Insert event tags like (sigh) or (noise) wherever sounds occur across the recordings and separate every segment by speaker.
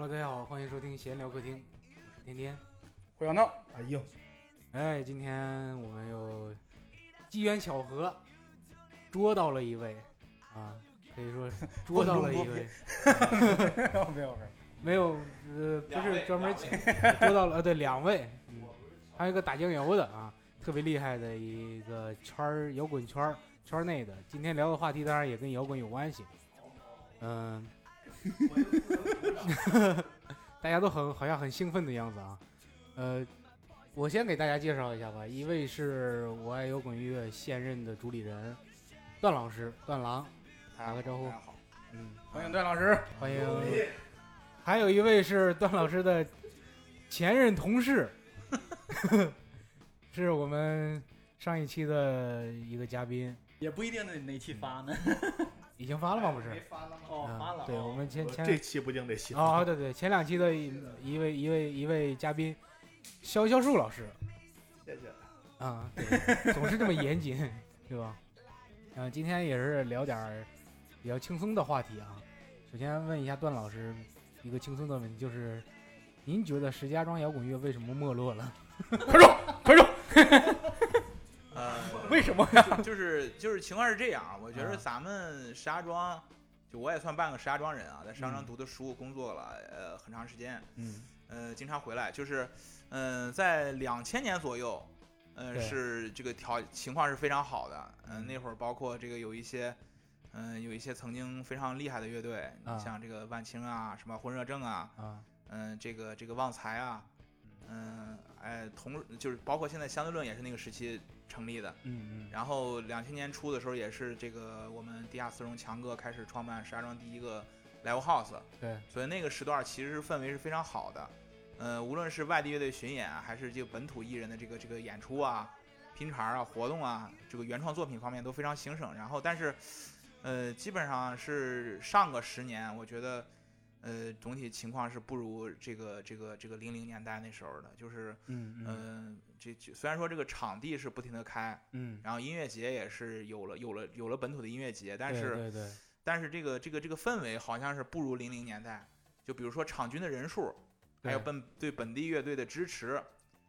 Speaker 1: 迎收听闲聊客厅，我是天天。
Speaker 2: 胡小闹，哎呦，
Speaker 1: 哎，今天我们又机缘巧合捉到了一位啊，可以说是捉到了一位，
Speaker 2: 没有 (laughs) 没有，
Speaker 1: 没有呃，不
Speaker 3: 两
Speaker 1: 是
Speaker 3: 位
Speaker 1: 专门
Speaker 3: 两
Speaker 1: 请 (laughs)
Speaker 3: 位
Speaker 1: 捉到了，呃，对，两位，嗯还有一个打酱油的啊，特别厉害的一个圈儿摇滚圈儿圈儿内的。今天聊的话题当然也跟摇滚有关系，嗯、 (laughs) 大家都很好像很兴奋的样子啊。呃，我先给大家介绍一下吧，一位是我爱摇滚乐现任的主理人段老师，段郎，打个招呼
Speaker 2: 大家好，
Speaker 1: 嗯，
Speaker 2: 欢迎段老师，
Speaker 1: 欢迎。还有一位是段老师的前任同事， (laughs) 是我们上一期的一个嘉宾，
Speaker 4: 也不一定哪哪期发呢。
Speaker 1: 已经发了吗？不是，
Speaker 3: 发了吗？
Speaker 4: 哦，发了。
Speaker 1: 嗯对我们
Speaker 5: 呃
Speaker 1: 前前
Speaker 6: 这期不定这期
Speaker 1: 哦，对对，前两期的一一位一位一位嘉宾，肖肖树老师
Speaker 6: 谢谢。
Speaker 1: 啊、对，总是这么严谨，对吧？嗯、今天也是聊点儿比较轻松的话题啊。首先问一下段老师一个轻松的问题，就是您觉得石家庄摇滚乐为什么没落了？ (laughs)
Speaker 3: 呃，
Speaker 2: 为什么？
Speaker 3: 就就是就是情况是这样，啊我觉得
Speaker 1: 嗯
Speaker 3: 咱们石家庄，就我也算半个石家庄人啊，在石家庄读的书、工作了呃很长时间，
Speaker 2: 嗯，
Speaker 3: 呃经常回来，就是嗯、呃在两千年左右，呃
Speaker 1: 对
Speaker 3: 是这个条情况是非常好的，嗯、
Speaker 1: 嗯
Speaker 3: 那会儿包括这个有一些。嗯，有一些曾经非常厉害的乐队，你
Speaker 1: 啊
Speaker 3: 像这个万青啊，什么混热症啊，
Speaker 1: 啊，
Speaker 3: 嗯，这个这个旺财啊，嗯，哎，同就是包括现在相对论也是那个时期成立的，
Speaker 1: 嗯
Speaker 3: 然后两千年初的时候也是这个我们地下丝绒强哥开始创办石家庄第一个 live house，
Speaker 1: 嗯，对，
Speaker 3: 所以那个时段其实是氛围是非常好的，呃，无论是外地乐队巡演啊还是这个本土艺人的这个这个演出啊、拼盘啊、活动啊，这个原创作品方面都非常兴盛。然后，但是，呃，基本上是上个十年，我觉得，呃，总体情况是不如这个这个这个零零年代那时候的，就是，
Speaker 1: 嗯嗯
Speaker 3: 嗯、这这虽然说这个场地是不停的开，
Speaker 1: 嗯，
Speaker 3: 然后音乐节也是有了有了有了本土的音乐节，但
Speaker 1: 对
Speaker 3: 是。
Speaker 1: 对对，
Speaker 3: 但是这个这个这个氛围好像是不如零零年代，就比如说场均的人数，还有
Speaker 1: 对
Speaker 3: 本对本地乐队的支持，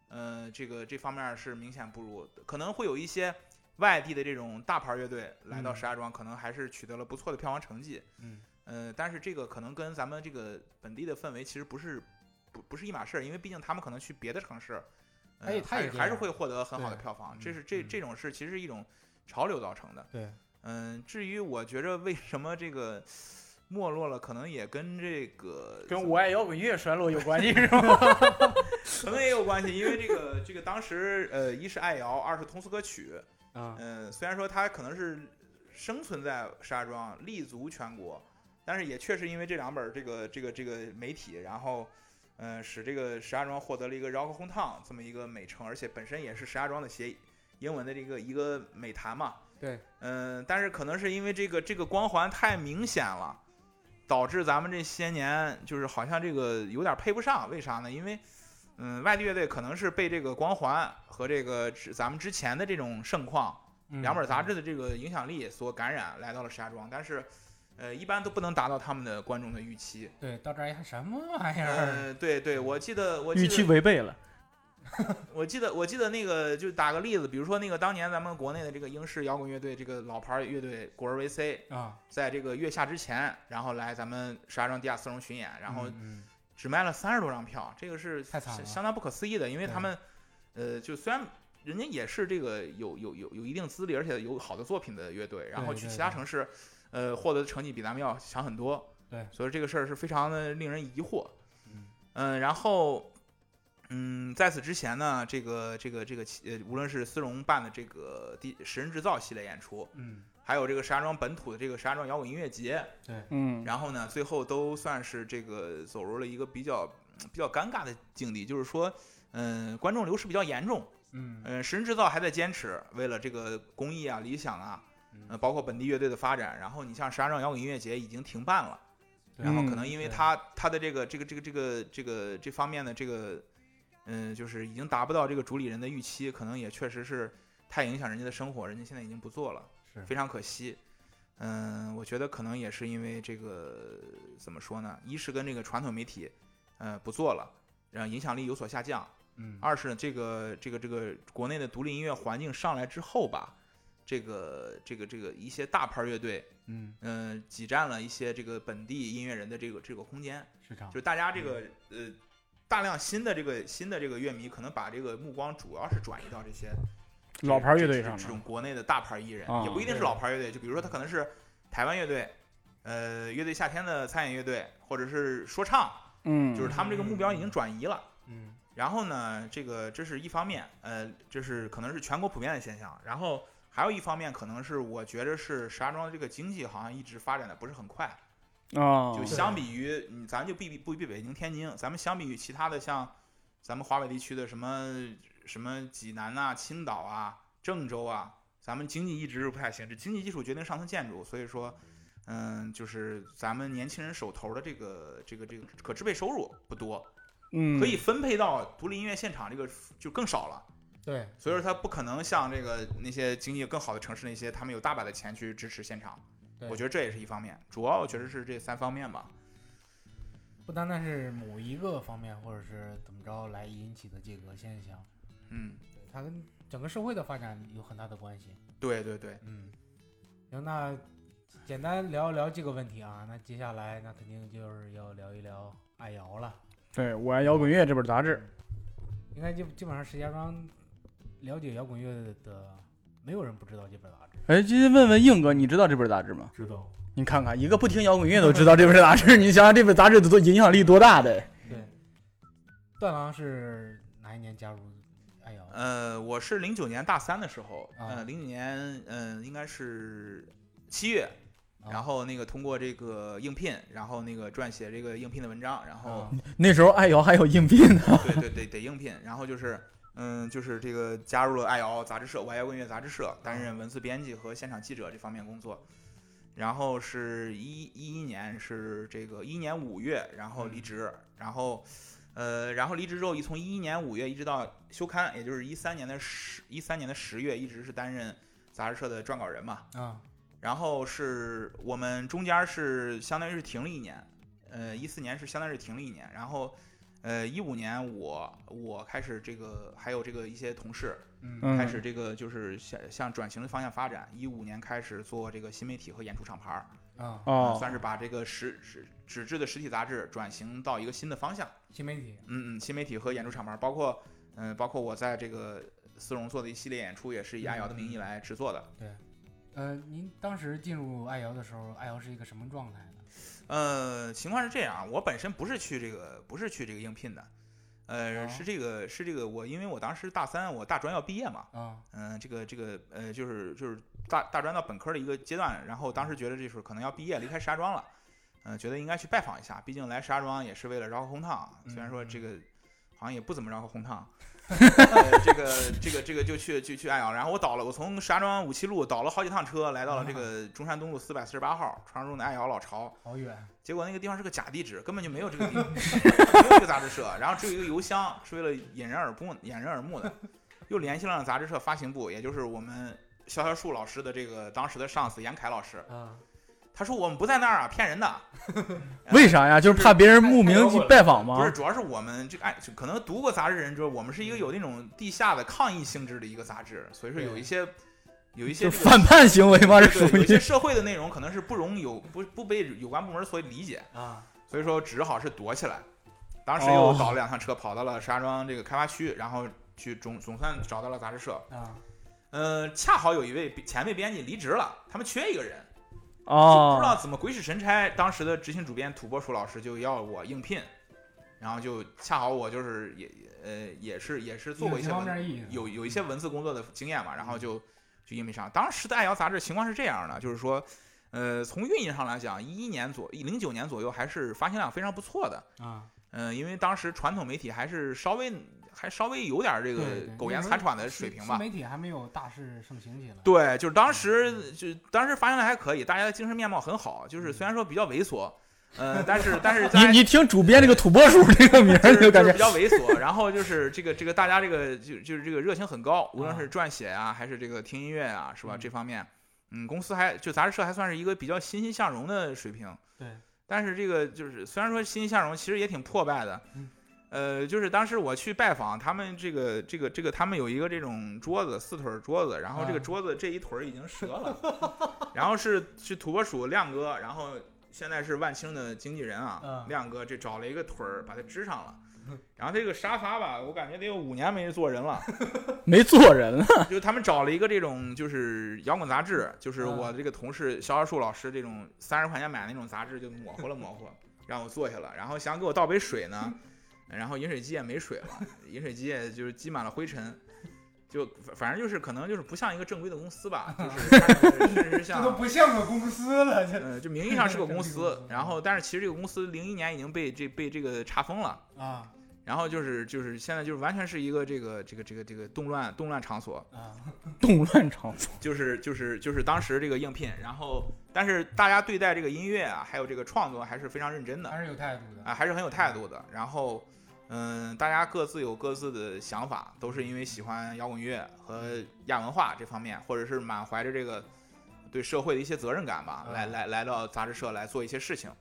Speaker 3: 呃，这个这方面是明显不如，可能会有一些外地的这种大牌乐队来到
Speaker 1: 嗯
Speaker 3: 石家庄，可能还是取得了不错的票房成绩，
Speaker 1: 嗯，
Speaker 3: 呃，但是这个可能跟咱们这个本地的氛围其实不是不不是一码事儿，因为毕竟他们可能去别的城市，呃
Speaker 1: 哎他
Speaker 3: 还
Speaker 1: 也
Speaker 3: 是
Speaker 1: 这
Speaker 3: 还是
Speaker 1: 样
Speaker 3: 会获得很好的
Speaker 1: 对
Speaker 3: 票房，
Speaker 1: 嗯
Speaker 3: 这是这
Speaker 1: 嗯
Speaker 3: 这种事其实是一种潮流造成的。
Speaker 1: 对，
Speaker 3: 嗯，至于我觉着为什么这个 (laughs) 没落了，可能也跟这
Speaker 2: (laughs)
Speaker 3: 个
Speaker 2: 跟我爱摇滚乐衰落有关
Speaker 3: (laughs)
Speaker 2: 系是吗？
Speaker 3: 可能也有关系，因为这个这个当时呃，一是爱摇，二是通俗歌曲，
Speaker 1: 啊，
Speaker 3: 嗯，虽然说它可能是生存在石家庄，立足全国，但是也确实因为这两本儿这个这个这个媒体，然后。嗯，使这个石家庄获得了一个 “rock hometown” 这么一个美称，而且本身也是石家庄的谐英文的这个一个美谈嘛。
Speaker 1: 对，
Speaker 3: 嗯，但是可能是因为这个这个光环太明显了，导致咱们这些年就是好像这个有点配不上。为啥呢？因为嗯，外地乐队可能是被这个光环和这个之咱们之前的这种盛况，
Speaker 1: 嗯
Speaker 3: 两本杂志的这个影响力所感染，来到了石家庄，但是。呃，一般都不能达到他们的观众的预期。
Speaker 1: 对，到这儿一看什么玩意儿？
Speaker 3: 呃，对对，我记得，我记
Speaker 4: 预
Speaker 3: 得
Speaker 4: 期违背了。
Speaker 3: 我记得我记得那个，就打个例子，比如说那个当年咱们国内的这个英式摇滚乐队，这个老牌乐队果儿维 C，
Speaker 1: 啊，
Speaker 3: 在这个月下之前，然后来咱们石家庄地下丝绒巡演，然后
Speaker 1: 嗯嗯
Speaker 3: 只卖了三十多张票，这个是
Speaker 1: 太惨了
Speaker 3: 相相当不可思议的，因为
Speaker 1: 对
Speaker 3: 他们，呃，就虽然人家也是这个有有有有一定资历，而且有好的作品的乐队，然
Speaker 1: 对
Speaker 3: 后去
Speaker 1: 对
Speaker 3: 其他
Speaker 1: 对
Speaker 3: 城市，呃，获得的成绩比咱们要强很多，
Speaker 1: 对
Speaker 3: 所以这个事儿是非常的令人疑惑，
Speaker 1: 嗯
Speaker 3: 嗯，然后。嗯，在此之前呢，这个这个这个呃，无论是丝绒办的这个第十人制造系列演出，
Speaker 1: 嗯，
Speaker 3: 还有这个石家庄本土的这个石家庄摇滚音乐节，
Speaker 2: 嗯，
Speaker 3: 然后呢，最后都算是这个走入了一个比较嗯比较尴尬的境地，就是说，嗯、观众流失比较严重，
Speaker 1: 嗯
Speaker 3: 嗯、神制造还在坚持，为了这个公益啊、理想啊，
Speaker 1: 嗯
Speaker 3: 呃，包括本地乐队的发展，然后你像石家庄摇滚音乐节已经停办了，
Speaker 1: 对嗯
Speaker 3: 然后可能因为
Speaker 1: 对
Speaker 3: 他他的这个这个这个这个这个这方面的这个，嗯、就是已经达不到这个主理人的预期，可能也确实是太影响人家的生活，人家现在已经不做了。
Speaker 1: 是
Speaker 3: 非常可惜。嗯，我觉得可能也是因为这个怎么说呢？一是跟这个传统媒体呃不做了，然后影响力有所下降。
Speaker 1: 嗯，
Speaker 3: 二是呢，这个这个这个国内的独立音乐环境上来之后吧，这个这个这个一些大牌乐队，
Speaker 1: 嗯，
Speaker 3: 嗯、挤占了一些这个本地音乐人的这个这个空间，
Speaker 1: 市场
Speaker 3: 就是大家这个呃大量新的这个新的这个乐迷，可能把这个目光主要是转移到这些这
Speaker 2: 老牌乐
Speaker 3: 这
Speaker 2: 队
Speaker 3: 这
Speaker 2: 上
Speaker 3: 这
Speaker 2: 面
Speaker 3: 种国内的大牌艺人，
Speaker 2: 啊
Speaker 3: 也不一定是
Speaker 2: 对
Speaker 3: 老牌乐队，就比如说他可能是台湾乐队，呃，乐队夏天的餐饮乐队，或者是说唱，
Speaker 2: 嗯
Speaker 3: 就是他们这个目标已经转移了。
Speaker 1: 嗯
Speaker 3: 然后呢，这个这是一方面，呃，这是可能是全国普遍的现象。然后还有一方面，可能是我觉得是石家庄的这个经济好像一直发展的不是很快，
Speaker 2: 啊，
Speaker 3: 就相比于嗯咱就不比不比北京、天津，咱们相比于其他的像咱们华北地区的什么什么济南啊、青岛啊、郑州啊，咱们经济一直是不太行，这经济基础决定上层建筑，所以说。嗯，就是咱们年轻人手头的这个这个这个可支配收入不多，
Speaker 2: 嗯
Speaker 3: 可以分配到独立音乐现场这个就更少了，
Speaker 1: 对，
Speaker 3: 所以说它不可能像这个那些经济更好的城市那些，他们有大把的钱去支持现场
Speaker 1: 对。
Speaker 3: 我觉得这也是一方面，主要我觉得是这三方面吧。
Speaker 1: 不单单是某一个方面或者是怎么着来引起的这个现象，
Speaker 3: 嗯，
Speaker 1: 对它跟整个社会的发展有很大的关系。
Speaker 3: 对对对，
Speaker 1: 嗯，行，那简单聊一聊这个问题啊。那接下来那肯定就是要聊一聊爱瑶了。
Speaker 2: 对《我爱摇滚乐》这本杂志，
Speaker 1: 应该就基本上石家庄了解摇滚乐的，没有人不知道这本杂志。
Speaker 2: 哎，今天问问硬哥，你知道这本杂志吗？
Speaker 1: 知道。
Speaker 2: 你看看，一个不听摇滚乐都知道这本杂志， (laughs) 你想想这本杂志多影响力多大的？
Speaker 1: 对，段郎是哪一年加入爱瑶？
Speaker 3: 呃，我是零九年大三的时候，
Speaker 1: 啊
Speaker 3: 呃，零九年，嗯、应该是七月，
Speaker 1: 啊
Speaker 3: 然后那个通过这个应聘，然后那个撰写这个应聘的文章，然后
Speaker 1: 啊
Speaker 2: 那时候爱摇还有硬币呢。
Speaker 3: 对对对，得应聘。然后就是，嗯，就是这个加入了爱瑶杂志社，我爱摇滚乐杂志社，担任文字编辑和现场记者这方面工作。然后是一一一年是这个一年五月，然后离职，然后，呃，然后离职之后，一从一一年五月一直到休刊，也就是一三年的十一三年的十月，一直是担任杂志社的撰稿人嘛。
Speaker 1: 啊，
Speaker 3: 然后是我们中间是相当于是停了一年，呃，一四年是相当于是停了一年，然后，呃，一五年我我开始这个还有这个一些同事
Speaker 1: 嗯
Speaker 2: 嗯
Speaker 3: 开始这个就是向向转型的方向发展，一五年开始做这个新媒体和演出厂牌儿，
Speaker 1: 啊，
Speaker 3: 呃
Speaker 2: (laughs) 哦，
Speaker 3: 算是把这个实纸纸质的实体杂志转型到一个新的方向，
Speaker 1: 新媒体
Speaker 3: 嗯嗯，新媒体和演出厂牌儿，包括嗯、包括我在这个丝绒做的一系列演出也是以爱瑶的名义来制作的，
Speaker 1: 呃，您当时进入爱瑶的时候，爱瑶是一个什么状态呢？
Speaker 3: 呃，情况是这样，我本身不是去这个，不是去这个应聘的，呃，
Speaker 1: 哦
Speaker 3: 是这个是这个我，因为我当时大三，我大专要毕业嘛，
Speaker 1: 啊，
Speaker 3: 嗯、这个这个呃，就是就是大大专到本科的一个阶段，然后当时觉得这时候可能要毕业，离开石家庄了，嗯、觉得应该去拜访一下，毕竟来石家庄也是为了绕口红烫，虽然说这个好像也不怎么绕口红烫。 (laughs) 呃、这个这个这个就去去去爱瑶，然后我倒了，我从石家庄五七路倒了好几趟车，来到了这个中山东路四百四十八号，传说中的爱瑶老巢。
Speaker 1: 好远，
Speaker 3: 结果那个地方是个假地址，根本就没有这个
Speaker 2: (laughs)
Speaker 3: 地，没有这个杂志社，然后只有一个邮箱，是为了引人耳目、引人耳目的。又联系上了杂志社发行部，也就是我们萧萧树老师的这个当时的上司严凯老师，
Speaker 1: 啊，
Speaker 3: 他说我们不在那儿啊，骗人的。
Speaker 2: (laughs) 为啥呀？就是怕别人慕名去拜访
Speaker 3: 不
Speaker 2: 吗？
Speaker 3: 是，主要是我们这个哎，就可能读过杂志的人知道，我们是一个有那种地下的抗议性质的一个杂志，所以说有一些有一些
Speaker 2: 就
Speaker 3: 这个
Speaker 2: 反叛行为吗？这
Speaker 3: 对
Speaker 2: 属
Speaker 3: 对有一些
Speaker 2: 于
Speaker 3: 社会的内容可能是不容有不不被有关部门所理解
Speaker 1: 啊，
Speaker 3: 所以说只好是躲起来。当时
Speaker 2: 哦
Speaker 3: 又倒了两趟车，跑到了石家庄这个开发区，然后去总总算找到了杂志社。
Speaker 1: 啊，
Speaker 3: 呃，恰好有一位前辈编辑离职了，他们缺一个人，就不知
Speaker 2: 哦
Speaker 3: 道怎么鬼使神差，当时的执行主编土拨鼠老师就要我应聘，然后就恰好我就是也呃也是也是做过一些
Speaker 1: 方
Speaker 3: 文
Speaker 2: 嗯
Speaker 1: 面意义
Speaker 3: 有有一些文字工作的经验嘛，然后就就应聘上。当时的《爱瑶》杂志情况是这样的，就是说，呃，从运营上来讲，一一年左零九年左右还是发行量非常不错的，
Speaker 1: 啊，
Speaker 3: 嗯、因为当时传统媒体还是稍微还稍微有点这个
Speaker 1: 对对
Speaker 3: 苟延残喘的水平
Speaker 1: 新。
Speaker 3: 吧
Speaker 1: 媒体还没有大势盛行起来，
Speaker 3: 对，就
Speaker 1: 嗯
Speaker 3: 是当时就当时发行量还可以，大家的精神面貌很好，
Speaker 1: 嗯
Speaker 3: 就是虽然说比较猥琐，
Speaker 1: (laughs)
Speaker 3: 呃，但是但是大
Speaker 2: 你
Speaker 3: 家
Speaker 2: 你听主编这个土拨鼠这个名
Speaker 3: (laughs) 就
Speaker 2: 儿，
Speaker 3: 是
Speaker 2: 就感
Speaker 3: 是
Speaker 2: 觉
Speaker 3: 比较猥琐，然后就是这个这个大家这个就就是这个热情很高，无论是撰写啊，还是这个听音乐啊，是吧？
Speaker 1: 嗯
Speaker 3: 这方面，嗯，公司还就杂志社还算是一个比较欣欣向荣的水平。
Speaker 1: 对，
Speaker 3: 但是这个就是虽然说欣欣向荣，其实也挺破败的
Speaker 1: 嗯。
Speaker 3: 呃，就是当时我去拜访他们，这个这个这个，他们有一个这种桌子，四腿儿桌子，然后这个
Speaker 1: 啊
Speaker 3: 桌子这一腿儿已经折了，然后是是土拨鼠亮哥，然后现在是万青的经纪人啊，
Speaker 1: 嗯
Speaker 3: 亮哥这找了一个腿儿把它支上了，然后这个沙发吧，我感觉得有五年没坐
Speaker 1: (laughs)
Speaker 3: 人了，
Speaker 2: 没做人了， (laughs)
Speaker 3: 就他们找了一个这种就是摇滚杂志，就是
Speaker 1: 嗯
Speaker 3: 我这个同事肖小树老师这种三十块钱买的那种杂志，就模糊了模糊，让我坐下了，然后想给我倒杯水呢，然后饮水机也没水了，饮水机也就是积满了灰尘。就反反正就是可能就是不像一个正规的公司吧，就是它是是
Speaker 1: (laughs) 这都
Speaker 3: 像
Speaker 1: 不像个公司了， (laughs) 这
Speaker 3: 呃，就名义上是个
Speaker 1: 正规
Speaker 3: 公
Speaker 1: 公
Speaker 3: 司
Speaker 1: 司，
Speaker 3: 然后但是其实这个公司零一年已经被这被这个查封了，
Speaker 1: 啊
Speaker 3: 然后就是就是现在就是完全是一个这个这个这个这个动乱动乱场所， (laughs)
Speaker 1: 啊，
Speaker 2: 动乱场所。
Speaker 3: 就是就是就是当时这个应聘，然后但是大家对待这个音乐啊，还有这个创作还是非常认真的
Speaker 1: 还是有态度的。
Speaker 3: 啊，还是很有态度的。然后，嗯，大家各自有各自的想法，都是因为喜欢摇滚乐和亚文化这方面，或者是满怀着这个对社会的一些责任感吧，
Speaker 1: 嗯
Speaker 3: 来来来到杂志社来做一些事情。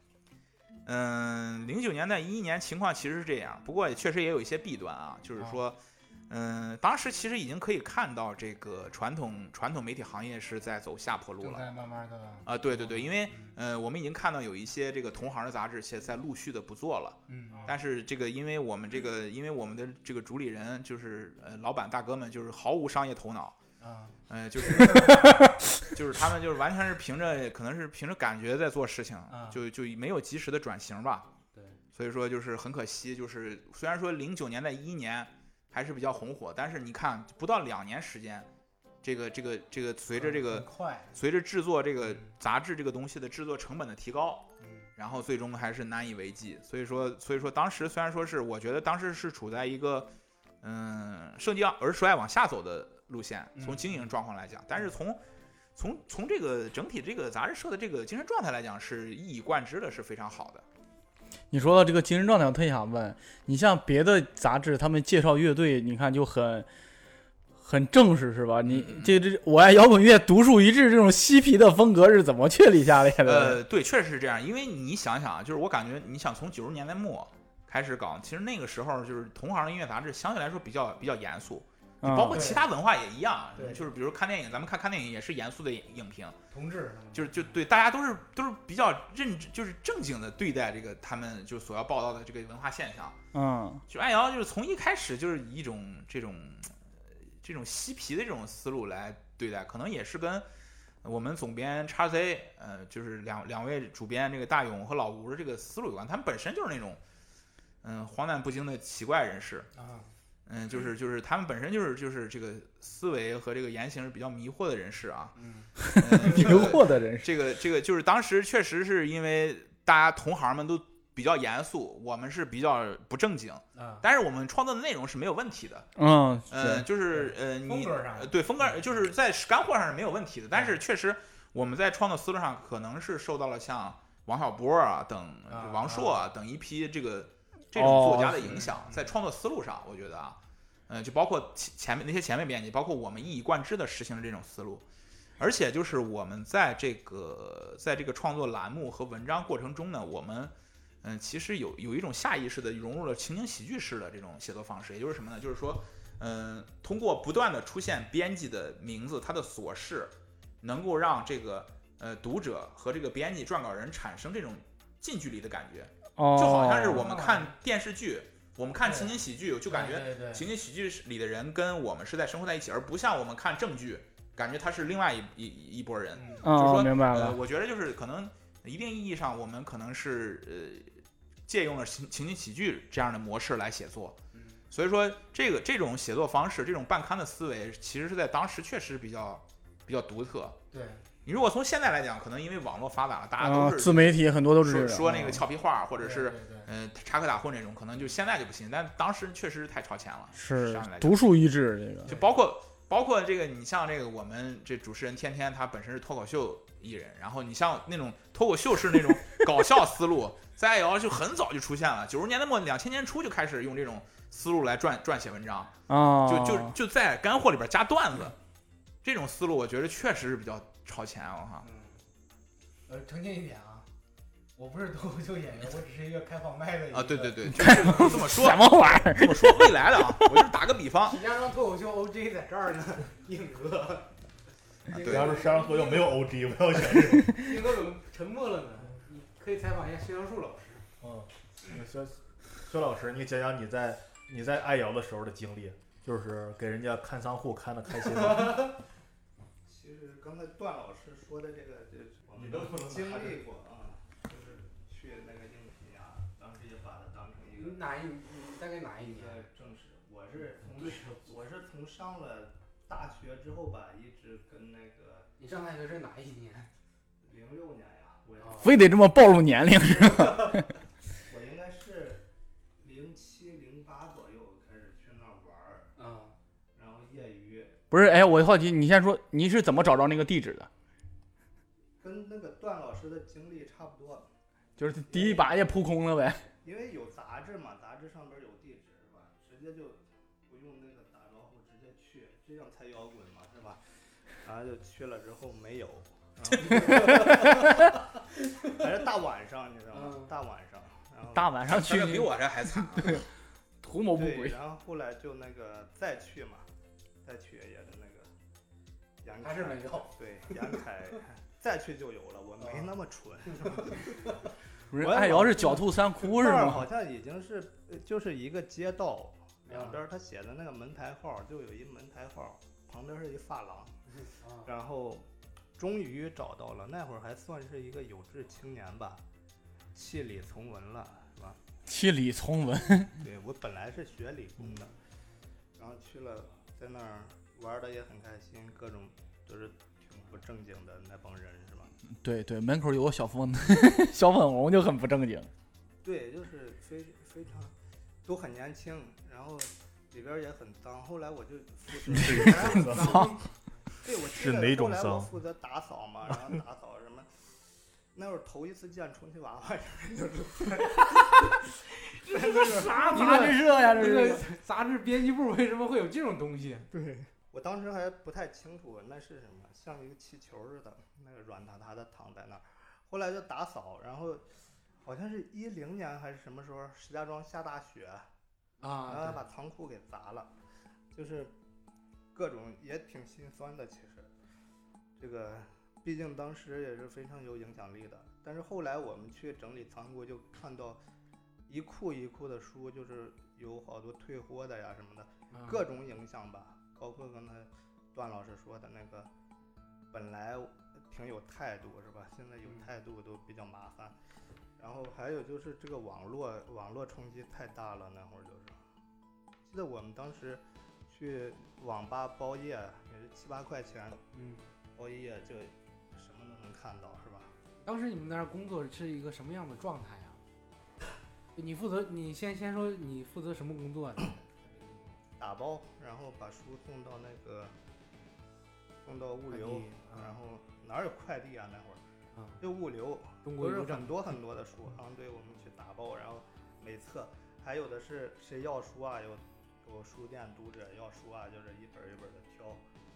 Speaker 3: 嗯，零九年到一一年情况其实是这样，不过也确实也有一些弊端啊，就是说，嗯，当时其实已经可以看到这个传统传统媒体行业是在走下坡路
Speaker 1: 正
Speaker 3: 了。
Speaker 1: 在慢慢的
Speaker 3: 啊，对对对，因为
Speaker 1: 嗯
Speaker 3: 呃，我们已经看到有一些这个同行的杂志现在陆续的不做了，
Speaker 1: 嗯，
Speaker 3: 但是这个，因为我们这个，因为我们的这个主理人就是呃，老板大哥们就是毫无商业头脑，
Speaker 1: 啊
Speaker 3: 呃，就是
Speaker 1: (laughs)
Speaker 3: 就是他们就是完全是凭着可能是凭着感觉在做事情
Speaker 1: 啊，
Speaker 3: 就就没有及时的转型吧。
Speaker 1: 对，
Speaker 3: 所以说就是很可惜，就是虽然说零九年的一年还是比较红火，但是你看不到两年时间，这个这个这个随着这
Speaker 1: 啊很
Speaker 3: 个
Speaker 1: 快，
Speaker 3: 随着制作这个杂志这个东西的制作成本的提高，
Speaker 1: 嗯
Speaker 3: 然后最终还是难以为继。所以说，所以说当时虽然说是，我觉得当时是处在一个，嗯，盛极而衰往下走的路线，
Speaker 1: 嗯
Speaker 3: 从经营状况来讲，但是从从从这个整体这个杂志社的这个精神状态来讲，是一以贯之的，是非常好的。
Speaker 2: 你说到这个精神状态，我特别想问你，像别的杂志，他们介绍乐队，你看就很很正式，是吧？你
Speaker 3: 嗯嗯
Speaker 2: 这这我爱摇滚乐独树一帜这种嬉皮的风格是怎么确立下来的？
Speaker 3: 呃，对，确实是这样，因为你想想啊，就是我感觉你想从九十年代末开始搞，其实那个时候就是同行音乐杂志相对来说比较比较严肃，
Speaker 2: 嗯
Speaker 3: 包括
Speaker 1: 对
Speaker 3: 其他文化也一样，啊
Speaker 1: 对
Speaker 3: 就是比如看电影，咱们看看电影也是严肃的影影评，
Speaker 1: 同志
Speaker 3: 就是就对大家都是都是比较认真，就是正经的对待这个他们就所要报道的这个文化现象。
Speaker 2: 嗯，
Speaker 3: 就爱瑶就是从一开始就是以一种这种呃这种嬉皮的这种思路来对待，可能也是跟我们总编 x Z 呃，就是两两位主编这个大勇和老吴的这个思路有关，他们本身就是那种嗯、荒诞不经的奇怪人士。
Speaker 1: 啊，
Speaker 3: 嗯，就是就是他们本身就是就是这个思维和这个言行是比较迷惑的人士
Speaker 2: (laughs)
Speaker 3: 啊，
Speaker 1: 嗯，
Speaker 3: 嗯
Speaker 2: 迷惑的人是，
Speaker 3: 这个这个就是当时确实是因为大家同行们都比较严肃，我们是比较不正经，
Speaker 1: 啊，
Speaker 3: 但是我们创作的内容是没有问题的。
Speaker 2: 嗯，
Speaker 3: (laughs) 呃，
Speaker 2: 是
Speaker 3: 就是呃，
Speaker 1: 风
Speaker 3: 你
Speaker 1: 格上
Speaker 3: 呃对风格就是在干货上是没有问题的，但
Speaker 1: 嗯
Speaker 3: 是确实我们在创作思路上可能是受到了像王小波啊等
Speaker 1: 啊
Speaker 3: 王朔啊等一批这个这种
Speaker 2: 哦
Speaker 3: 作家的影响，在创作思路上，我觉得啊，嗯，就包括前前面那些前辈编辑，包括我们一以贯之的实行了这种思路。而且就是我们在这个在这个创作栏目和文章过程中呢，我们嗯，其实有有一种下意识的融入了情景喜剧式的这种写作方式，也就是什么呢？就是说，嗯，通过不断的出现编辑的名字，他的琐事，能够让这个呃读者和这个编辑撰稿人产生这种近距离的感觉，
Speaker 2: 哦，
Speaker 3: 就好像是我
Speaker 1: 哦
Speaker 3: 们看电视剧，我们看情景喜剧，就
Speaker 1: 就
Speaker 3: 感觉
Speaker 1: 对对
Speaker 3: 情景喜剧里的人跟我们是在生活在一起，而不像我们看正剧，感觉他是另外一一一拨人。
Speaker 1: 嗯
Speaker 3: 就是
Speaker 2: 哦，
Speaker 3: 说
Speaker 2: 明白
Speaker 3: 呃，
Speaker 2: 了，
Speaker 3: 我觉得就是可能一定意义上，我们可能是呃借用了情情景喜剧这样的模式来写作，
Speaker 1: 嗯
Speaker 3: 所以说这个这种写作方式，这种办刊的思维，其实是在当时确实比较比较独特。
Speaker 1: 对，
Speaker 3: 你如果从现在来讲，可能因为网络发达了，大家
Speaker 2: 啊，
Speaker 3: 都是
Speaker 2: 自媒体很多都是这
Speaker 3: 呃说
Speaker 2: 样
Speaker 3: 说那个
Speaker 2: 嗯
Speaker 3: 俏皮话，或者
Speaker 1: 对
Speaker 3: 是
Speaker 1: 对对
Speaker 3: 嗯插科打诨这种，可能就现在就不行，但当时确实是太超前了。
Speaker 2: 是
Speaker 3: 上来就
Speaker 2: 独树一帜，这个
Speaker 3: 就包括包括这个，你像这个我们这主持人天天他本身是脱口秀艺人，然后你像那种脱口秀
Speaker 2: (laughs)
Speaker 3: 式那种搞笑思路，在瑶就很早就出现了，九十年代末两千年初就开始用这种思路来撰撰写文章，
Speaker 2: 啊，
Speaker 3: 就就就在干货里边加段子，这种思路我觉得确实是比较超前啊哈。
Speaker 1: 嗯，呃，澄清一点啊，我不是脱口秀演员，我只是一个开放麦的一个
Speaker 3: 啊，对对， (laughs) 对，就是这么说
Speaker 2: 什，么玩意儿？
Speaker 3: 这么说未来的啊，我就是打个比方，
Speaker 1: 石家庄脱口秀 OJ 在这儿呢，硬哥，硬
Speaker 3: 啊对
Speaker 1: 哥
Speaker 5: 然后石家庄左右没有 OG，不要选这个。
Speaker 1: 硬哥怎么沉默了呢？你可以采访一下薛小树老师。
Speaker 5: 嗯，肖肖老师，你讲讲你在你在爱瑶的时候的经历，就是给人家看丧户看的开心吗？ (laughs)
Speaker 6: (laughs) 其实刚才段老师说的这个，这我们
Speaker 5: 你
Speaker 6: 都
Speaker 5: 都不能拿着
Speaker 6: 经历过啊，就是去那个应聘啊，当时就把它当成一个
Speaker 1: 哪一？你大概哪一
Speaker 6: 一
Speaker 1: 年？
Speaker 6: 个正式。我是从我是从上了大学之后吧，一直跟那个
Speaker 1: 你上大学是哪一年？
Speaker 6: 零六年呀，我
Speaker 1: 哦
Speaker 2: 非得这么暴露年龄？
Speaker 6: 我应该是零七零八左右开始去那儿玩儿，
Speaker 1: 嗯，
Speaker 6: 然后业余
Speaker 2: (laughs) 不是，哎，我好奇，你先说你是怎么找着那个地址的？
Speaker 6: 跟那个段老师的经历差不多，
Speaker 2: 就是第一把也扑空了呗。
Speaker 6: 因为有杂志嘛，杂志上边有地址是吧？直接就不用那个打招呼，直接去，这样才摇滚嘛是吧？然后就去了之后没有， (laughs) 反正大晚上你知道吗
Speaker 1: 嗯？
Speaker 6: 大晚上，然后
Speaker 2: 大晚上 (laughs) 去
Speaker 3: 这比我这还惨啊，
Speaker 2: 图谋不
Speaker 6: 对，
Speaker 2: 轨，
Speaker 6: 然后后来就那个再去嘛，再去也是那个杨
Speaker 1: 嗯还是没
Speaker 6: 凯，
Speaker 1: 有。
Speaker 6: 对 (laughs) 杨凯再去就有了，我没那么蠢。
Speaker 2: (laughs) 不是
Speaker 6: 我也
Speaker 2: 爱瑶是狡兔三窟嗯是
Speaker 6: 那儿
Speaker 2: 吗？
Speaker 6: 好像已经是呃就是一个街道，两
Speaker 1: 嗯
Speaker 6: 边儿他写的那个门牌号，就有一门牌号，旁边儿是一发廊，
Speaker 2: 嗯
Speaker 3: (laughs)
Speaker 1: 啊
Speaker 6: 然后终于找到了，那会儿还算是一个有志青年吧，弃理从文了，是吧？
Speaker 2: 七里从文，
Speaker 6: 对我本来是学理工的，
Speaker 2: 嗯
Speaker 6: 然后去了，在那儿玩的也很开心，各种就是挺不正经的那帮人，是吧？
Speaker 2: 对对，门口有个小粉小粉红 (laughs) 就很不正经。
Speaker 6: 对，就是非非常都很年轻，然后里边儿也很脏。后来我就
Speaker 5: (laughs)
Speaker 6: 负
Speaker 1: (laughs)
Speaker 6: 责，
Speaker 2: 脏，
Speaker 6: 对，我记
Speaker 5: 是
Speaker 6: 得
Speaker 5: 哪种
Speaker 6: 后来我
Speaker 5: 脏
Speaker 6: 负责打扫嘛，然后打扫什么。那会儿头一次见充气娃娃，就是真的是
Speaker 1: 啥
Speaker 2: 看这这呀，这
Speaker 1: 这个
Speaker 2: 是
Speaker 1: 杂志编辑部为什么会有这种东西？
Speaker 6: 对，我当时还不太清楚那是什么，像一个气球似的，那个软塌塌的躺在那儿。后来就打扫，然后好像是一零年还是什么时候，石家庄下大雪，然后
Speaker 1: 啊，
Speaker 6: 把仓库给砸了，就是各种也挺心酸的。其实这个毕竟当时也是非常有影响力的，但是后来我们去整理仓库，就看到一库一库的书，就是有好多退货的呀什么的，
Speaker 1: 嗯
Speaker 6: 各种影响吧，包括刚才段老师说的那个，本来挺有态度是吧？现在有
Speaker 1: 嗯
Speaker 6: 态度都比较麻烦。然后还有就是这个网络网络冲击太大了，那会儿就是，记得我们当时去网吧包夜也是七八块钱
Speaker 1: 嗯，
Speaker 6: 包一夜就什么都能看到是吧？
Speaker 1: 当时你们那儿工作是一个什么样的状态啊？你负责，你先先说你负责什么工作呢？啊
Speaker 6: 打包，然后把书送到那个送到物
Speaker 1: 快
Speaker 6: 流
Speaker 1: 递，啊
Speaker 6: 然后哪有快递啊那会儿？
Speaker 1: 啊，
Speaker 6: 就物流，
Speaker 1: 中国
Speaker 6: 都是
Speaker 1: 邮政
Speaker 6: 很多很多的书，
Speaker 1: 嗯
Speaker 6: 然后对我们去打包，然后每册，还有的是谁要书啊，有有书店读者要书啊，就是一本儿一本的挑，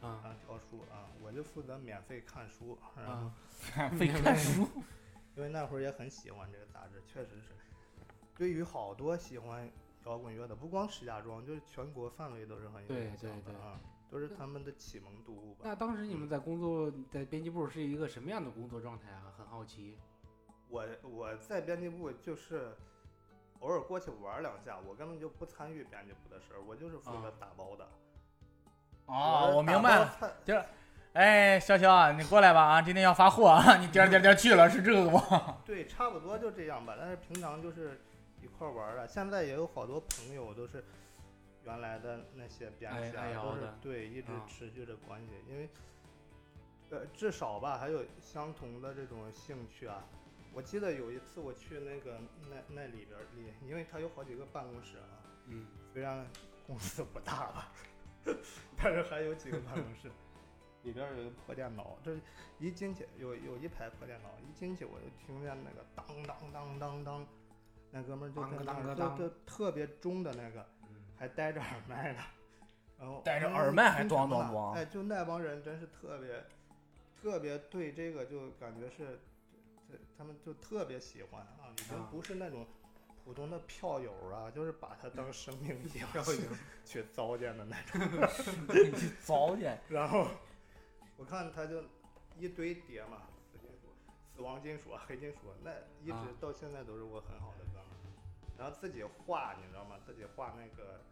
Speaker 1: 啊
Speaker 6: 然后挑书啊，我就负责免费看书，然后、
Speaker 1: 啊，
Speaker 2: (laughs) 费看书。
Speaker 6: 因为那会儿也很喜欢这个杂志，确实是，对于好多喜欢摇滚乐的，不光石家庄，就是全国范围都是很有
Speaker 1: 对
Speaker 6: 影响
Speaker 1: 对
Speaker 6: 的
Speaker 1: 对
Speaker 6: 啊，都是他们的启蒙读物吧。
Speaker 1: (laughs) 那当时你们在工作在编辑部是一个什么样的工作状态啊？很好奇。
Speaker 6: 我我在编辑部就是偶尔过去玩儿两下，我根本就不参与编辑部的事儿，我就是负责
Speaker 1: 啊
Speaker 6: 打包的。
Speaker 2: 哦，
Speaker 6: 是
Speaker 2: 我
Speaker 6: 打
Speaker 2: 明白
Speaker 6: 包
Speaker 2: 了。
Speaker 6: 菜
Speaker 2: 哎，潇潇，你过来吧啊！今天要发货啊！你颠儿颠儿颠儿去了，是这个不？ (laughs)
Speaker 6: 对，差不多就这样吧。但是平常就是一块儿玩儿的，现在也有好多朋友都是原来的那些编
Speaker 1: 哎
Speaker 6: 辑
Speaker 1: 哎
Speaker 6: 啊，
Speaker 1: 呦
Speaker 6: 都是
Speaker 1: 的
Speaker 6: 对一直
Speaker 1: 啊
Speaker 6: 持续着关系，因为呃至少吧，还有相同的这种兴趣啊。我记得有一次我去那个那那里边儿里，因为它有好几个办公室啊，
Speaker 1: 嗯，
Speaker 6: 虽然公司不大吧， (laughs) 但是还有几个办公室，里边儿有一个破电脑，这一进去有有一排破电脑，一进去我就听见那个当当当当当，那哥们儿就在那
Speaker 1: 当个
Speaker 6: 儿
Speaker 1: 当个当
Speaker 6: 就就特别中的那个，还戴着耳麦呢，然后
Speaker 2: 戴着
Speaker 6: 嗯
Speaker 2: 耳麦还
Speaker 6: 听
Speaker 2: 咣
Speaker 6: 什么呢
Speaker 2: 咣咣
Speaker 6: 哎，就那帮人真是特别特别对这个就感觉是。
Speaker 7: 对他们就特别喜欢啊，已经
Speaker 1: 啊
Speaker 7: 不是那种普通的票友啊，就是把它当生命一样
Speaker 3: 啊票友
Speaker 7: 去糟践的那种。
Speaker 2: 早点
Speaker 7: 然后 (laughs) 我看他就一堆碟嘛，死金属、死亡金属、啊黑金属，那一
Speaker 1: 啊
Speaker 7: 直到现在都是我很好的哥们儿。然后自己画，你知道吗？自己画那个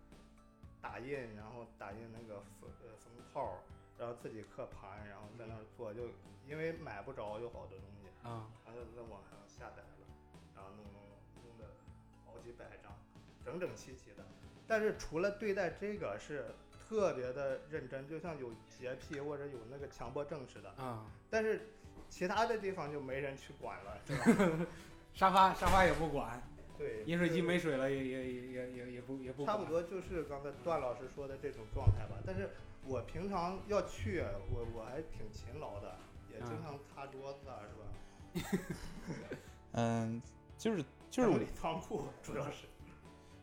Speaker 7: 打印，然后打印那个封呃封套，然后自己刻盘，然后在那儿做，就因为买不着有好多东西，
Speaker 1: 啊
Speaker 7: 然后就在网上下载了，然后弄弄弄弄的好几百张，整整齐齐的。但是除了对待这个是特别的认真，就像有洁癖或者有那个强迫症似的。
Speaker 1: 啊，
Speaker 7: 但是其他的地方就没人去管了，对吧？ (laughs)
Speaker 1: 沙发沙发也不管，
Speaker 7: 对，
Speaker 1: 饮水机
Speaker 7: 就是
Speaker 1: 没水了也也也也也也不也不
Speaker 7: 差
Speaker 1: 管
Speaker 7: 不多就是刚才段老师说的这种状态吧。但是我平常要去，我我还挺勤劳的，也经
Speaker 1: 嗯
Speaker 7: 常擦桌子啊，是吧？
Speaker 3: 嗯，就是就是
Speaker 7: 整
Speaker 3: 我
Speaker 7: 理仓库，主要是。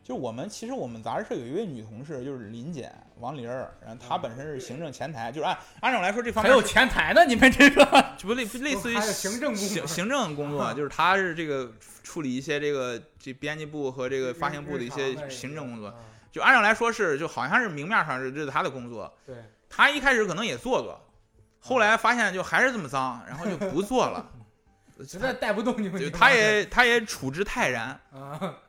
Speaker 3: 就是我们其实我们杂志社有一位女同事，就是林姐王玲儿，然后
Speaker 1: 啊
Speaker 3: 她本身是行政前台，就是按按照来说这方
Speaker 2: (laughs) 还
Speaker 3: 面
Speaker 2: 有前台呢，你们这个 (laughs)
Speaker 3: 就不类不类似于
Speaker 1: 还有行政工
Speaker 3: 行
Speaker 1: 作啊
Speaker 3: 行政工作，就是她是这个处理一些这个这编辑部和这个发行部的一
Speaker 1: 日常
Speaker 3: 些
Speaker 1: 的
Speaker 3: 行政工作，
Speaker 1: 啊
Speaker 3: 就按照来说是就好像是明面上是这是她的工作，
Speaker 1: 对，
Speaker 3: 她一开始可能也做过，后
Speaker 1: 啊
Speaker 3: 来发现就还是这么脏，然后就不做了。
Speaker 1: (laughs) 实在带不动你们，
Speaker 3: 就
Speaker 1: 你们
Speaker 3: 她也她也处之泰然，
Speaker 1: 啊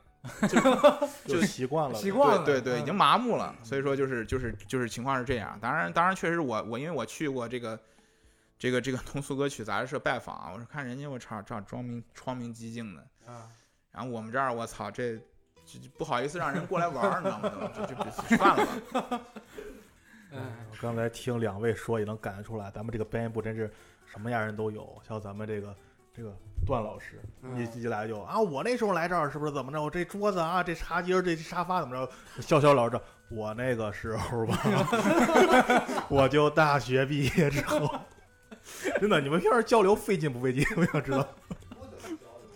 Speaker 6: 就习惯了。
Speaker 1: 习惯了，
Speaker 3: 对对
Speaker 1: 嗯
Speaker 3: 对，已经麻木了。所以说就是就是就是情况是这样。当然当然，确实我我因为我去过这个这个这个通俗歌曲杂志社拜访，啊我是看人家我操这样窗明窗明几净的，
Speaker 1: 啊
Speaker 3: 然后我们这儿我操这这这不好意思让人过来玩儿，你知道吗？就就就算了吧。
Speaker 1: 嗯
Speaker 6: 我刚才听两位说，也能感觉出来，咱们这个编辑部真是什么样人都有。像咱们这个这个段老师，
Speaker 1: 嗯
Speaker 6: 一一来就啊，我那时候来这儿是不是怎么着？我这桌子啊，这茶几儿，这沙发怎么着？笑笑老师这，我那个时候吧， (laughs) 我就大学毕业之后， (laughs) 真的，你们平时交流费劲不费劲？我想知道。
Speaker 3: (laughs)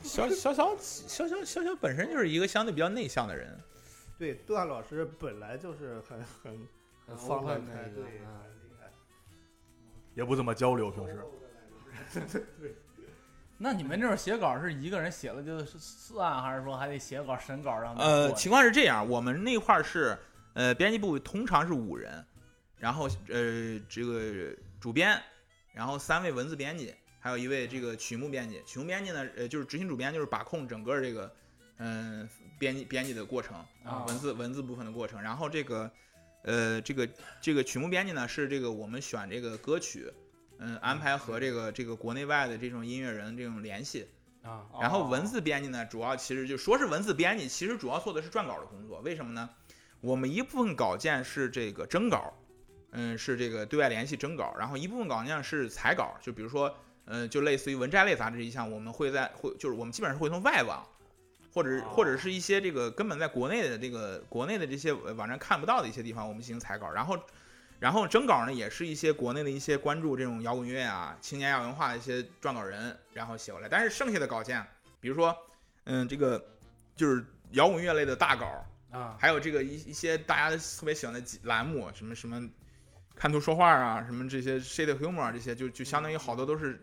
Speaker 3: 小小小小小小小本身就是一个相对比较内向的人，
Speaker 7: (laughs) 对，段老师本来就是很很
Speaker 1: 很
Speaker 7: 放得
Speaker 1: open 的
Speaker 7: 开，
Speaker 1: 一个
Speaker 7: 对，
Speaker 1: 嗯
Speaker 7: 很厉害。
Speaker 6: 也不怎么交流，平时
Speaker 2: 那你们这种写稿是一个人写了就是算，还是说还得写稿审稿让他们
Speaker 3: 呃，
Speaker 2: 过
Speaker 3: 情况是这样，我们那块儿是，呃，编辑部通常是五人，然后呃，这个主编，然后三位文字编辑，还有一位这个曲目编辑。曲目编辑呢，呃，就是执行主编，就是把控整个这个，嗯、编辑编辑的过程，
Speaker 2: 啊
Speaker 3: 文字文字部分的过程。然后这个，呃，这个这个曲目编辑呢，是这个我们选这个歌曲，嗯、安排和这个这个国内外的这种音乐人这种联系。
Speaker 1: 啊
Speaker 3: 然
Speaker 2: 哦
Speaker 3: 后文字编辑呢，主要其实就说是文字编辑，其实主要做的是撰稿的工作。为什么呢？我们一部分稿件是这个征稿，嗯，是这个对外联系征稿，然后一部分稿件是采稿，就比如说，嗯，就类似于文摘类杂志一项，我们会在会就是我们基本上会从外网，或者是或者是一些这个根本在国内的这个国内的这些呃网站看不到的一些地方，我们进行采稿，然后。然后征稿呢，也是一些国内的一些关注这种摇滚乐啊、青年亚文化的一些撰稿人，然后写过来。但是剩下的稿件，比如说，嗯，这个就是摇滚乐类的大稿，
Speaker 1: 啊
Speaker 3: 还有这个一一些大家特别喜欢的几栏目，什么什么看图说话啊，什么这些 shade humor 啊这些，就就相当于好多都是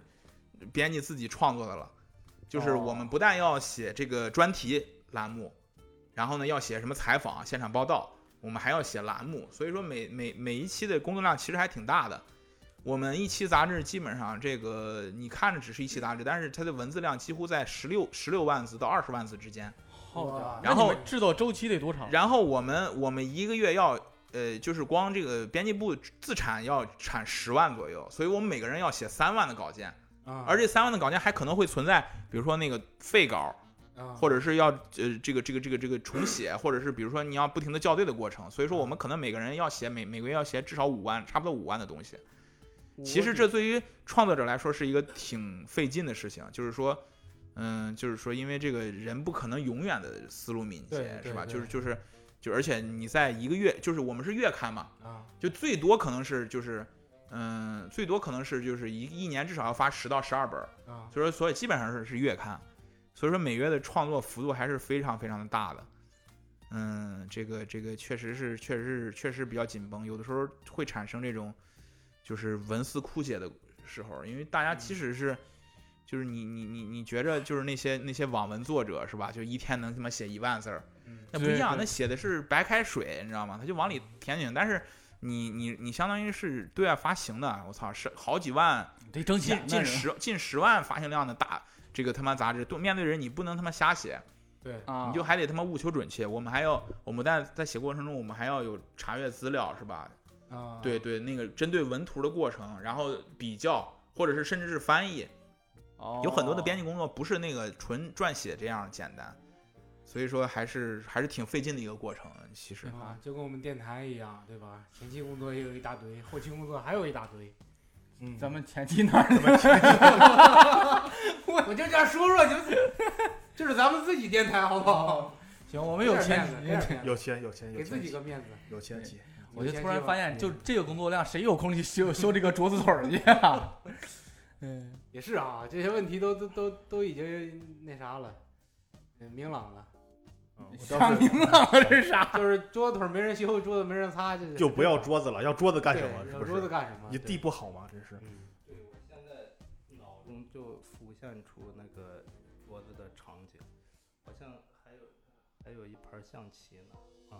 Speaker 3: 编辑自己创作的了。就是我们不但要写这个专题栏目，然后呢要写什么采访、现场报道，我们还要写栏目，所以说每每每一期的工作量其实还挺大的。我们一期杂志基本上这个你看着只是一期杂志，但是它的文字量几乎在十六十六万字到二十万字之间。
Speaker 2: 哦好家伙
Speaker 1: 哇
Speaker 2: 那你
Speaker 3: 然后
Speaker 2: 们制作周期得多长？
Speaker 3: 然后我们我们一个月要呃，就是光这个编辑部自产要产十万左右，所以我们每个人要写三万的稿件，
Speaker 1: 啊，
Speaker 3: 而这三万的稿件还可能会存在，比如说那个废稿，
Speaker 1: 啊
Speaker 3: 或者是要呃这个这个这个这个重写， (laughs) 或者是比如说你要不停的校对的过程，所以
Speaker 1: 啊
Speaker 3: 说我们可能每个人要写每每个月要写至少五万，差不多五万的东西。其实这对于创作者来说是一个挺费劲的事情，就是说，嗯，就是说，因为这个人不可能永远的思路敏
Speaker 1: 对
Speaker 3: 捷，
Speaker 1: 对
Speaker 3: 是吧？
Speaker 1: 对
Speaker 3: 就是就是就，而且你在一个月，就是我们是月刊嘛，
Speaker 1: 啊
Speaker 3: 就最多可能是就是，嗯，最多可能是就是一一年至少要发十到十二本儿，
Speaker 1: 啊
Speaker 3: 所以说所以基本上是是月刊，所以说每月的创作幅度还是非常非常的大的。嗯，这个这个确实是确实是确实比较紧绷，有的时候会
Speaker 2: 嗯
Speaker 3: 产生这种就是文思枯竭的时候，因为大家即使是就是你你你你觉着就是那些那些网文作者是吧？就一天能他妈写一万字儿，
Speaker 1: 嗯
Speaker 3: 那不一样，
Speaker 2: 对对
Speaker 3: 那写的是白开水，你知道吗？他就往里填进去，但是你你你相当于是对外发行的，啊我操，是好几万，
Speaker 2: 得挣
Speaker 3: (laughs) 近
Speaker 2: 钱
Speaker 3: 近
Speaker 2: 呢。
Speaker 3: 十近十万发行量的大这个他妈杂志，对面对人你不能他妈瞎写，
Speaker 1: 对，
Speaker 2: 啊，
Speaker 3: 你就还得他妈务求准确。我们还要我们在在写过程中，我们还要有查阅资料是吧？
Speaker 1: 啊，
Speaker 3: 对对，那个针对文图的过程，然后比较。或者是甚至是翻译，有很多的编
Speaker 2: 辑。
Speaker 3: 辑工作不是那个纯撰写这样简单，所以说还是还是挺费劲的一个过程。其实，
Speaker 1: 啊，就跟我们电台一样，对吧？前期工作也有一大堆，后期工作还有一大堆。
Speaker 2: (laughs)
Speaker 6: 嗯，
Speaker 2: 咱们前期哪儿？
Speaker 1: 我我就这样说说，就是就是咱们自己电台，好不好？
Speaker 2: (laughs) 行，我们有
Speaker 1: 点
Speaker 2: 前
Speaker 1: 面子，有点面子
Speaker 6: 有钱有钱有
Speaker 1: 给自己
Speaker 6: 钱，
Speaker 1: 个面子。
Speaker 6: 有钱起，
Speaker 2: 我就
Speaker 1: 有前
Speaker 2: 突然
Speaker 1: 期
Speaker 2: 发
Speaker 1: 吧嗯
Speaker 2: 现，就这个工作量，谁有空去修修这个桌子腿儿去啊？嗯，
Speaker 1: 也是啊，这些问题都都都都已经那啥了，嗯明朗了，
Speaker 6: 嗯我
Speaker 2: 啥
Speaker 6: 当时
Speaker 2: 明朗了 (laughs) 这是啥？
Speaker 1: 就是桌子腿儿没人修，桌子没人擦，这
Speaker 6: 就不要桌子了，要桌子干什么？
Speaker 1: 对
Speaker 6: 是
Speaker 1: 要
Speaker 6: 不
Speaker 1: 桌子
Speaker 6: 是？
Speaker 1: 干什么？
Speaker 6: 你
Speaker 1: 对
Speaker 6: 地不好吗？真是，
Speaker 1: 嗯
Speaker 7: 对我现在脑中就浮现出那个桌子的场景，好像还有还有一盘象棋呢啊。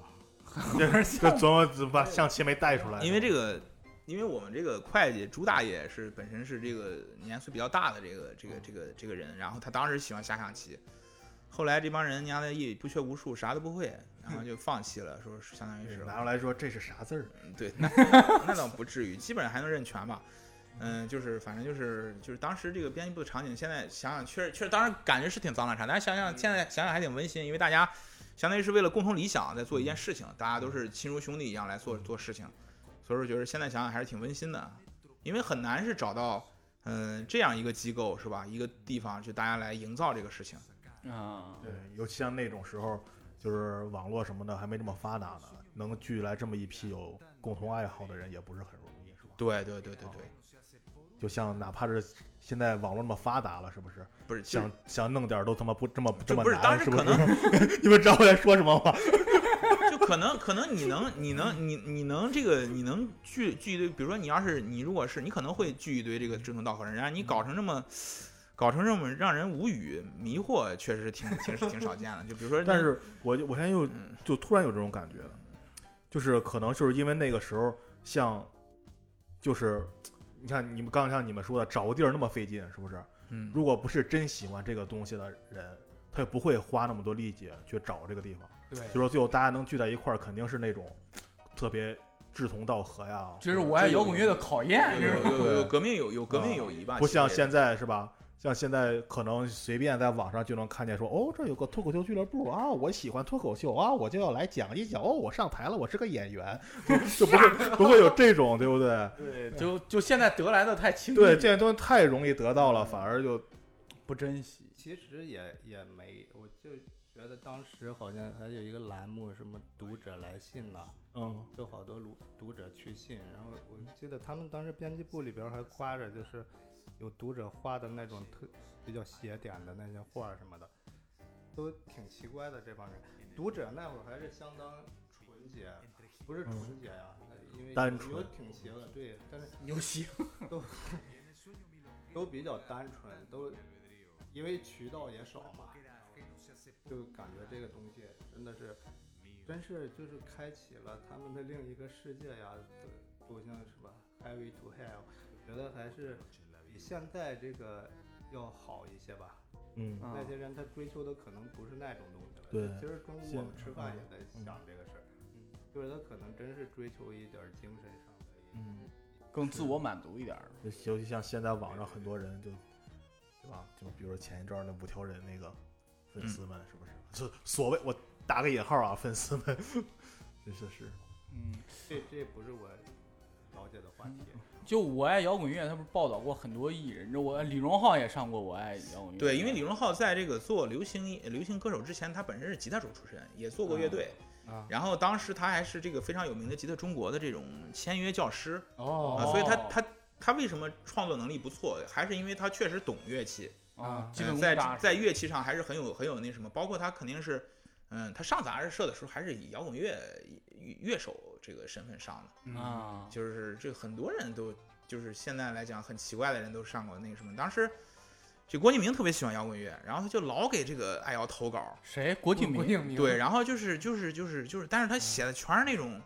Speaker 6: 这这琢磨把象棋没带出来，
Speaker 3: 因为这个，因为我们这个会计朱大爷是本身是这个年岁比较大的这个这个这个这个人，然后他当时喜欢下象棋，后来这帮人家的一不学无术，啥都不会，然后就放弃了，说是相当于是
Speaker 6: 拿出来说这是啥字儿？啊
Speaker 3: 嗯对，那那倒不至于，基本上还能认全吧。嗯，就是反正就是就是当时这个编辑部的场景，现在想想确实确实当时感觉是挺脏乱差，但是想想现在想想还挺温馨，因为大家相当于是为了共同理想在做一件事情，大家都是亲如兄弟一样来做做事情，所以说觉得现在想想还是挺温馨的，因为很难是找到嗯这样一个机构是吧，一个地方就大家来营造这个事情。
Speaker 2: 啊，
Speaker 6: 对，尤其像那种时候，就是网络什么的还没这么发达呢，能聚来这么一批有共同爱好的人也不是很容易，是吧？
Speaker 3: 对对对对对，
Speaker 6: 就像哪怕是现在网络那么发达了，是不是？
Speaker 3: 不是
Speaker 6: 想想弄点儿都他妈不这么这
Speaker 3: 就
Speaker 6: 么
Speaker 3: 不是
Speaker 6: 难，
Speaker 3: 当时
Speaker 6: 是不
Speaker 3: 可
Speaker 6: 是？ (laughs) 你们知道我在说什么吗？
Speaker 3: 就可能可能你能你能你你能这个你能聚聚一堆，比如说你要是你如果是你可能会聚一堆这个志同道合人，然后你搞成这么。搞成这么让人无语、迷惑，确实挺挺挺少见的。就比如说，
Speaker 6: 但是我就我现在又
Speaker 3: 嗯，
Speaker 6: 就突然有这种感觉了，就是可能就是因为那个时候像，就是你看你们刚刚像你们说的找个地儿那么费劲，是不是？
Speaker 3: 嗯，
Speaker 6: 如果不是真喜欢这个东西的人，他也不会花那么多力气去找这个地方。
Speaker 1: 对
Speaker 6: 所以，说最后大家能聚在一块儿，肯定是那种特别志同道合呀。
Speaker 2: 这是我爱摇滚乐的考验，
Speaker 3: 有
Speaker 2: 这是
Speaker 3: 有有有有革命有有革命友谊吧，
Speaker 6: 不像
Speaker 3: 啊其实
Speaker 6: 现在是吧？像现在可能随便在网上就能看见说，哦，这有个脱口秀俱乐部啊，我喜欢脱口秀啊，我就要来讲一讲。哦，我上台了，我是个演员，就不会不会有这种，对不对？
Speaker 7: 对，
Speaker 2: 就就现在得来的太轻易，
Speaker 6: 对，这些东西太容易得到了，反而就
Speaker 2: 不珍惜。
Speaker 7: 其实也也没，我就觉得当时好像还有一个栏目，什么读者来信呐、
Speaker 6: 嗯，
Speaker 7: 就好多读读者去信，然后我记得他们当时编辑部里边还挂着，就是有读者画的那种特比较写点的那些画儿什么的，都挺奇怪的。这帮人，读者那会儿还是相当纯洁，不是纯洁呀、那因为
Speaker 6: 嗯单
Speaker 7: 有
Speaker 6: 纯
Speaker 7: 有挺邪恶，对，但是
Speaker 2: 牛戏
Speaker 7: 都比较单纯，都因为渠道也少嘛，就感觉这个东西真的是，真是就是开启了他们的另一个世界呀，走走向是吧？Heavy to hell，觉得还是比现在这个要好一些吧。
Speaker 6: 嗯，
Speaker 2: 啊
Speaker 7: 那些人他追求的可能不是那种东西了。
Speaker 6: 对
Speaker 7: 其实中午
Speaker 6: 现
Speaker 7: 我们吃饭也在
Speaker 6: 嗯
Speaker 7: 想这个事儿，就是他可能真是追求一点儿精神上的一。
Speaker 6: 嗯，
Speaker 2: (laughs) 更自我满足一点儿。
Speaker 6: 尤其尤其像现在网上很多人就，对吧？就比如前一阵儿那五条人那个粉丝们，是不是？就所谓我打个引号啊，粉丝们， (laughs) 真是是，
Speaker 2: 嗯，
Speaker 7: 这这不是我了解的话题。
Speaker 6: 嗯
Speaker 7: (laughs)
Speaker 2: 就我爱摇滚乐，他不是报道过很多艺人，这我李荣浩也上过我爱摇滚乐。
Speaker 3: 对，因为李荣浩在这个做流行音流行歌手之前，他本身是吉他手出身，也做
Speaker 6: 嗯
Speaker 3: 过乐队，
Speaker 1: 啊
Speaker 3: 然后当时他还是这个非常有名的吉他中国的这种签约教师，啊，
Speaker 1: 哦
Speaker 3: 所以他
Speaker 2: 哦
Speaker 3: 他他为什么创作能力不错，还是因为他确实懂乐器，
Speaker 2: 啊
Speaker 1: 啊，
Speaker 2: 基
Speaker 3: 嗯
Speaker 2: 本功
Speaker 3: 在
Speaker 2: 扎实
Speaker 3: 在乐器上还是很有很有那什么，包括他肯定是，嗯，他上杂志社的时候还是以摇滚乐乐手这个身份上的，
Speaker 1: 嗯
Speaker 2: 啊，
Speaker 3: 就是这很多人都就是现在来讲很奇怪的人都上过那个什么，当时就郭敬明特别喜欢摇滚乐，然后他就老给这个爱瑶
Speaker 2: 哎
Speaker 3: 投稿，
Speaker 2: 谁？郭敬
Speaker 1: 郭
Speaker 2: 明
Speaker 1: 敬明
Speaker 3: 对，，然后就是就是就是就是，但是他写的全是
Speaker 2: (laughs)
Speaker 3: 那种，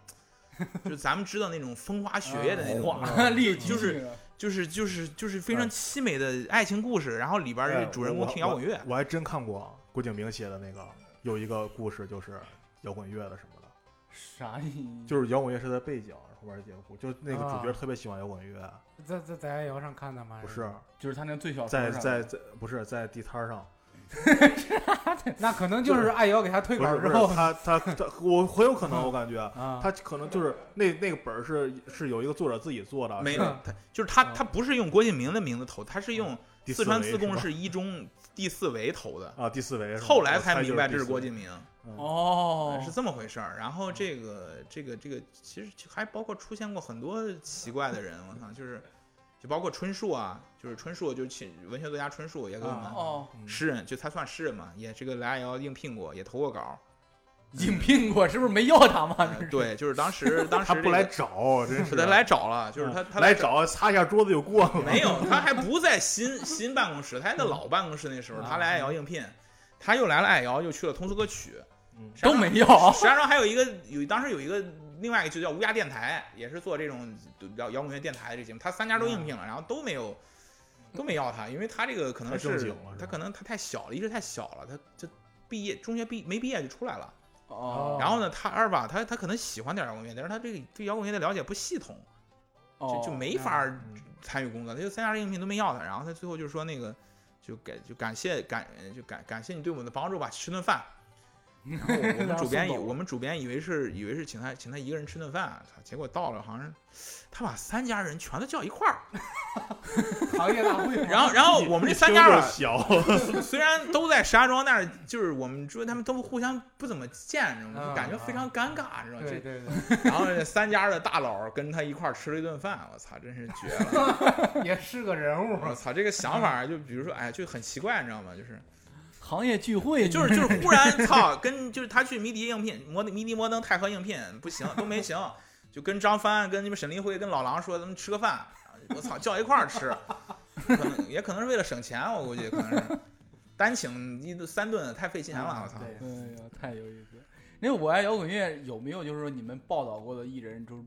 Speaker 3: 就咱们知道那种风花雪月的
Speaker 2: 哎
Speaker 3: 那种，
Speaker 2: 华丽
Speaker 3: 就
Speaker 2: 极
Speaker 3: 是
Speaker 2: 了
Speaker 3: 就是就是就是非常凄美的爱情故事，然后里边儿
Speaker 6: 嗯哎
Speaker 3: 这主人公听摇滚乐
Speaker 6: 我，我我还真看过郭敬明写的那个，有一个故事就是摇滚乐的什么的，
Speaker 2: 啥意思？
Speaker 6: 就是摇滚乐是在背景，后边儿结果就是那个主角
Speaker 1: 啊
Speaker 6: 特别喜欢摇滚乐，
Speaker 1: 在在在爱瑶上看的吗？
Speaker 6: 不是啊
Speaker 2: 就是他那最小
Speaker 6: 在
Speaker 7: 哎
Speaker 2: 头上
Speaker 6: 在在不是在地摊儿上，
Speaker 1: 那可能就是爱瑶给他退
Speaker 6: 不
Speaker 1: 稿
Speaker 6: 是不
Speaker 1: 之
Speaker 6: 是
Speaker 1: 后
Speaker 6: 他
Speaker 7: (laughs)
Speaker 6: 他他我很有可能我感觉。
Speaker 1: 啊，
Speaker 6: 他可能就是那那个本儿是是有一个作者自己做的，啊
Speaker 3: 没
Speaker 6: 是嗯
Speaker 3: 有他就是他他不是用郭敬明的名字投，他是用
Speaker 6: 第
Speaker 3: 四
Speaker 6: 四
Speaker 3: 川
Speaker 6: 维
Speaker 3: 自
Speaker 6: 是
Speaker 3: 贡
Speaker 6: 吧
Speaker 3: 市一中第四维投的，
Speaker 6: 啊，第四维是吧
Speaker 3: 后来
Speaker 6: 我猜
Speaker 3: 才明白这是
Speaker 6: 第四
Speaker 3: 郭
Speaker 6: 维嗯
Speaker 3: 敬明。
Speaker 2: 哦
Speaker 3: 呃，是这么回事儿。然后这个这个这个，其实还包括出现过很多奇怪的人，我操，就是就包括春树啊，就是春树，就去文学作家春树也给我们、
Speaker 2: 哦，
Speaker 6: 嗯
Speaker 3: 诗人，就他算诗人嘛，也这个来也要应聘过，也投过稿。
Speaker 2: 应聘过是啊不是没要他嘛？
Speaker 3: 呃对，就是当时当时、
Speaker 6: (laughs) 他不来，找，真是啊
Speaker 3: 他来找了，就是他、他
Speaker 6: 来。找擦一下桌子就过了。
Speaker 3: 没有，他还不在新新办公室，他还在老办公室。那时
Speaker 6: 嗯
Speaker 3: 候他来爱瑶应聘，他又来了爱瑶，又去了通俗歌曲，
Speaker 6: 嗯
Speaker 2: 都没要，
Speaker 3: 石家庄还有一个有当时有一个另外一个就叫乌鸦电台，也是做这种摇摇滚乐电台的这节目，他三家都应聘了，然后都没有都没要他，因为他这个可
Speaker 6: 嗯
Speaker 3: 能
Speaker 6: 太正经
Speaker 3: 是
Speaker 6: 了是吧
Speaker 3: 他可能他太小了，一是太小了，他就毕业中学毕没毕业就出来了。
Speaker 2: 哦
Speaker 3: 然后呢，他二吧，他他可能喜欢点摇滚乐，但是他这个对摇滚乐的了解不系统，
Speaker 2: 哦
Speaker 3: 就
Speaker 1: 哦
Speaker 3: 就没法儿
Speaker 6: 嗯
Speaker 3: 参与工作，他就三家的应聘都没要他，然后他最后就说那个。就感就感谢感就感感谢你对我们的帮助吧，吃顿饭，然后我我们主编以我们主编以为是以为是请他请他一个人吃顿饭，啊操结果到了好像是他把三家人全都叫一块儿，
Speaker 1: 哦行业大
Speaker 3: (laughs)
Speaker 1: 会嘛，
Speaker 3: 然后然后我们这三家
Speaker 6: 听着
Speaker 2: 啊
Speaker 1: (laughs)
Speaker 3: 吧，
Speaker 2: (laughs)
Speaker 6: 小，
Speaker 3: 虽然都在石家庄，但是就是我们说他们都互相不怎么见着，
Speaker 1: 嗯
Speaker 3: 感觉非常尴尬，知道吗？
Speaker 1: 对
Speaker 3: 这
Speaker 1: 对
Speaker 3: 然后这三家的大佬跟他一块儿吃了一顿饭，我操，真是绝了。
Speaker 1: 对，也是个人物， (laughs)
Speaker 3: 我操，这个想法就比如说，哎，就很奇怪，你知道吗？就是
Speaker 2: 行业聚会
Speaker 3: 就是就是忽然操，跟就是他去迷笛应聘，摩迷笛摩登泰和应聘不行，都没行，就跟张帆、跟你们沈立辉、跟老狼说，咱们吃个饭，我操，叫一块儿吃，可能也可能是为了省钱，我估计可能是单请一顿三顿太费钱了，我操。
Speaker 1: 嗯对
Speaker 2: 哎呀，太有意思了。那我爱摇滚乐有没有就是说你们报道过的艺人，就是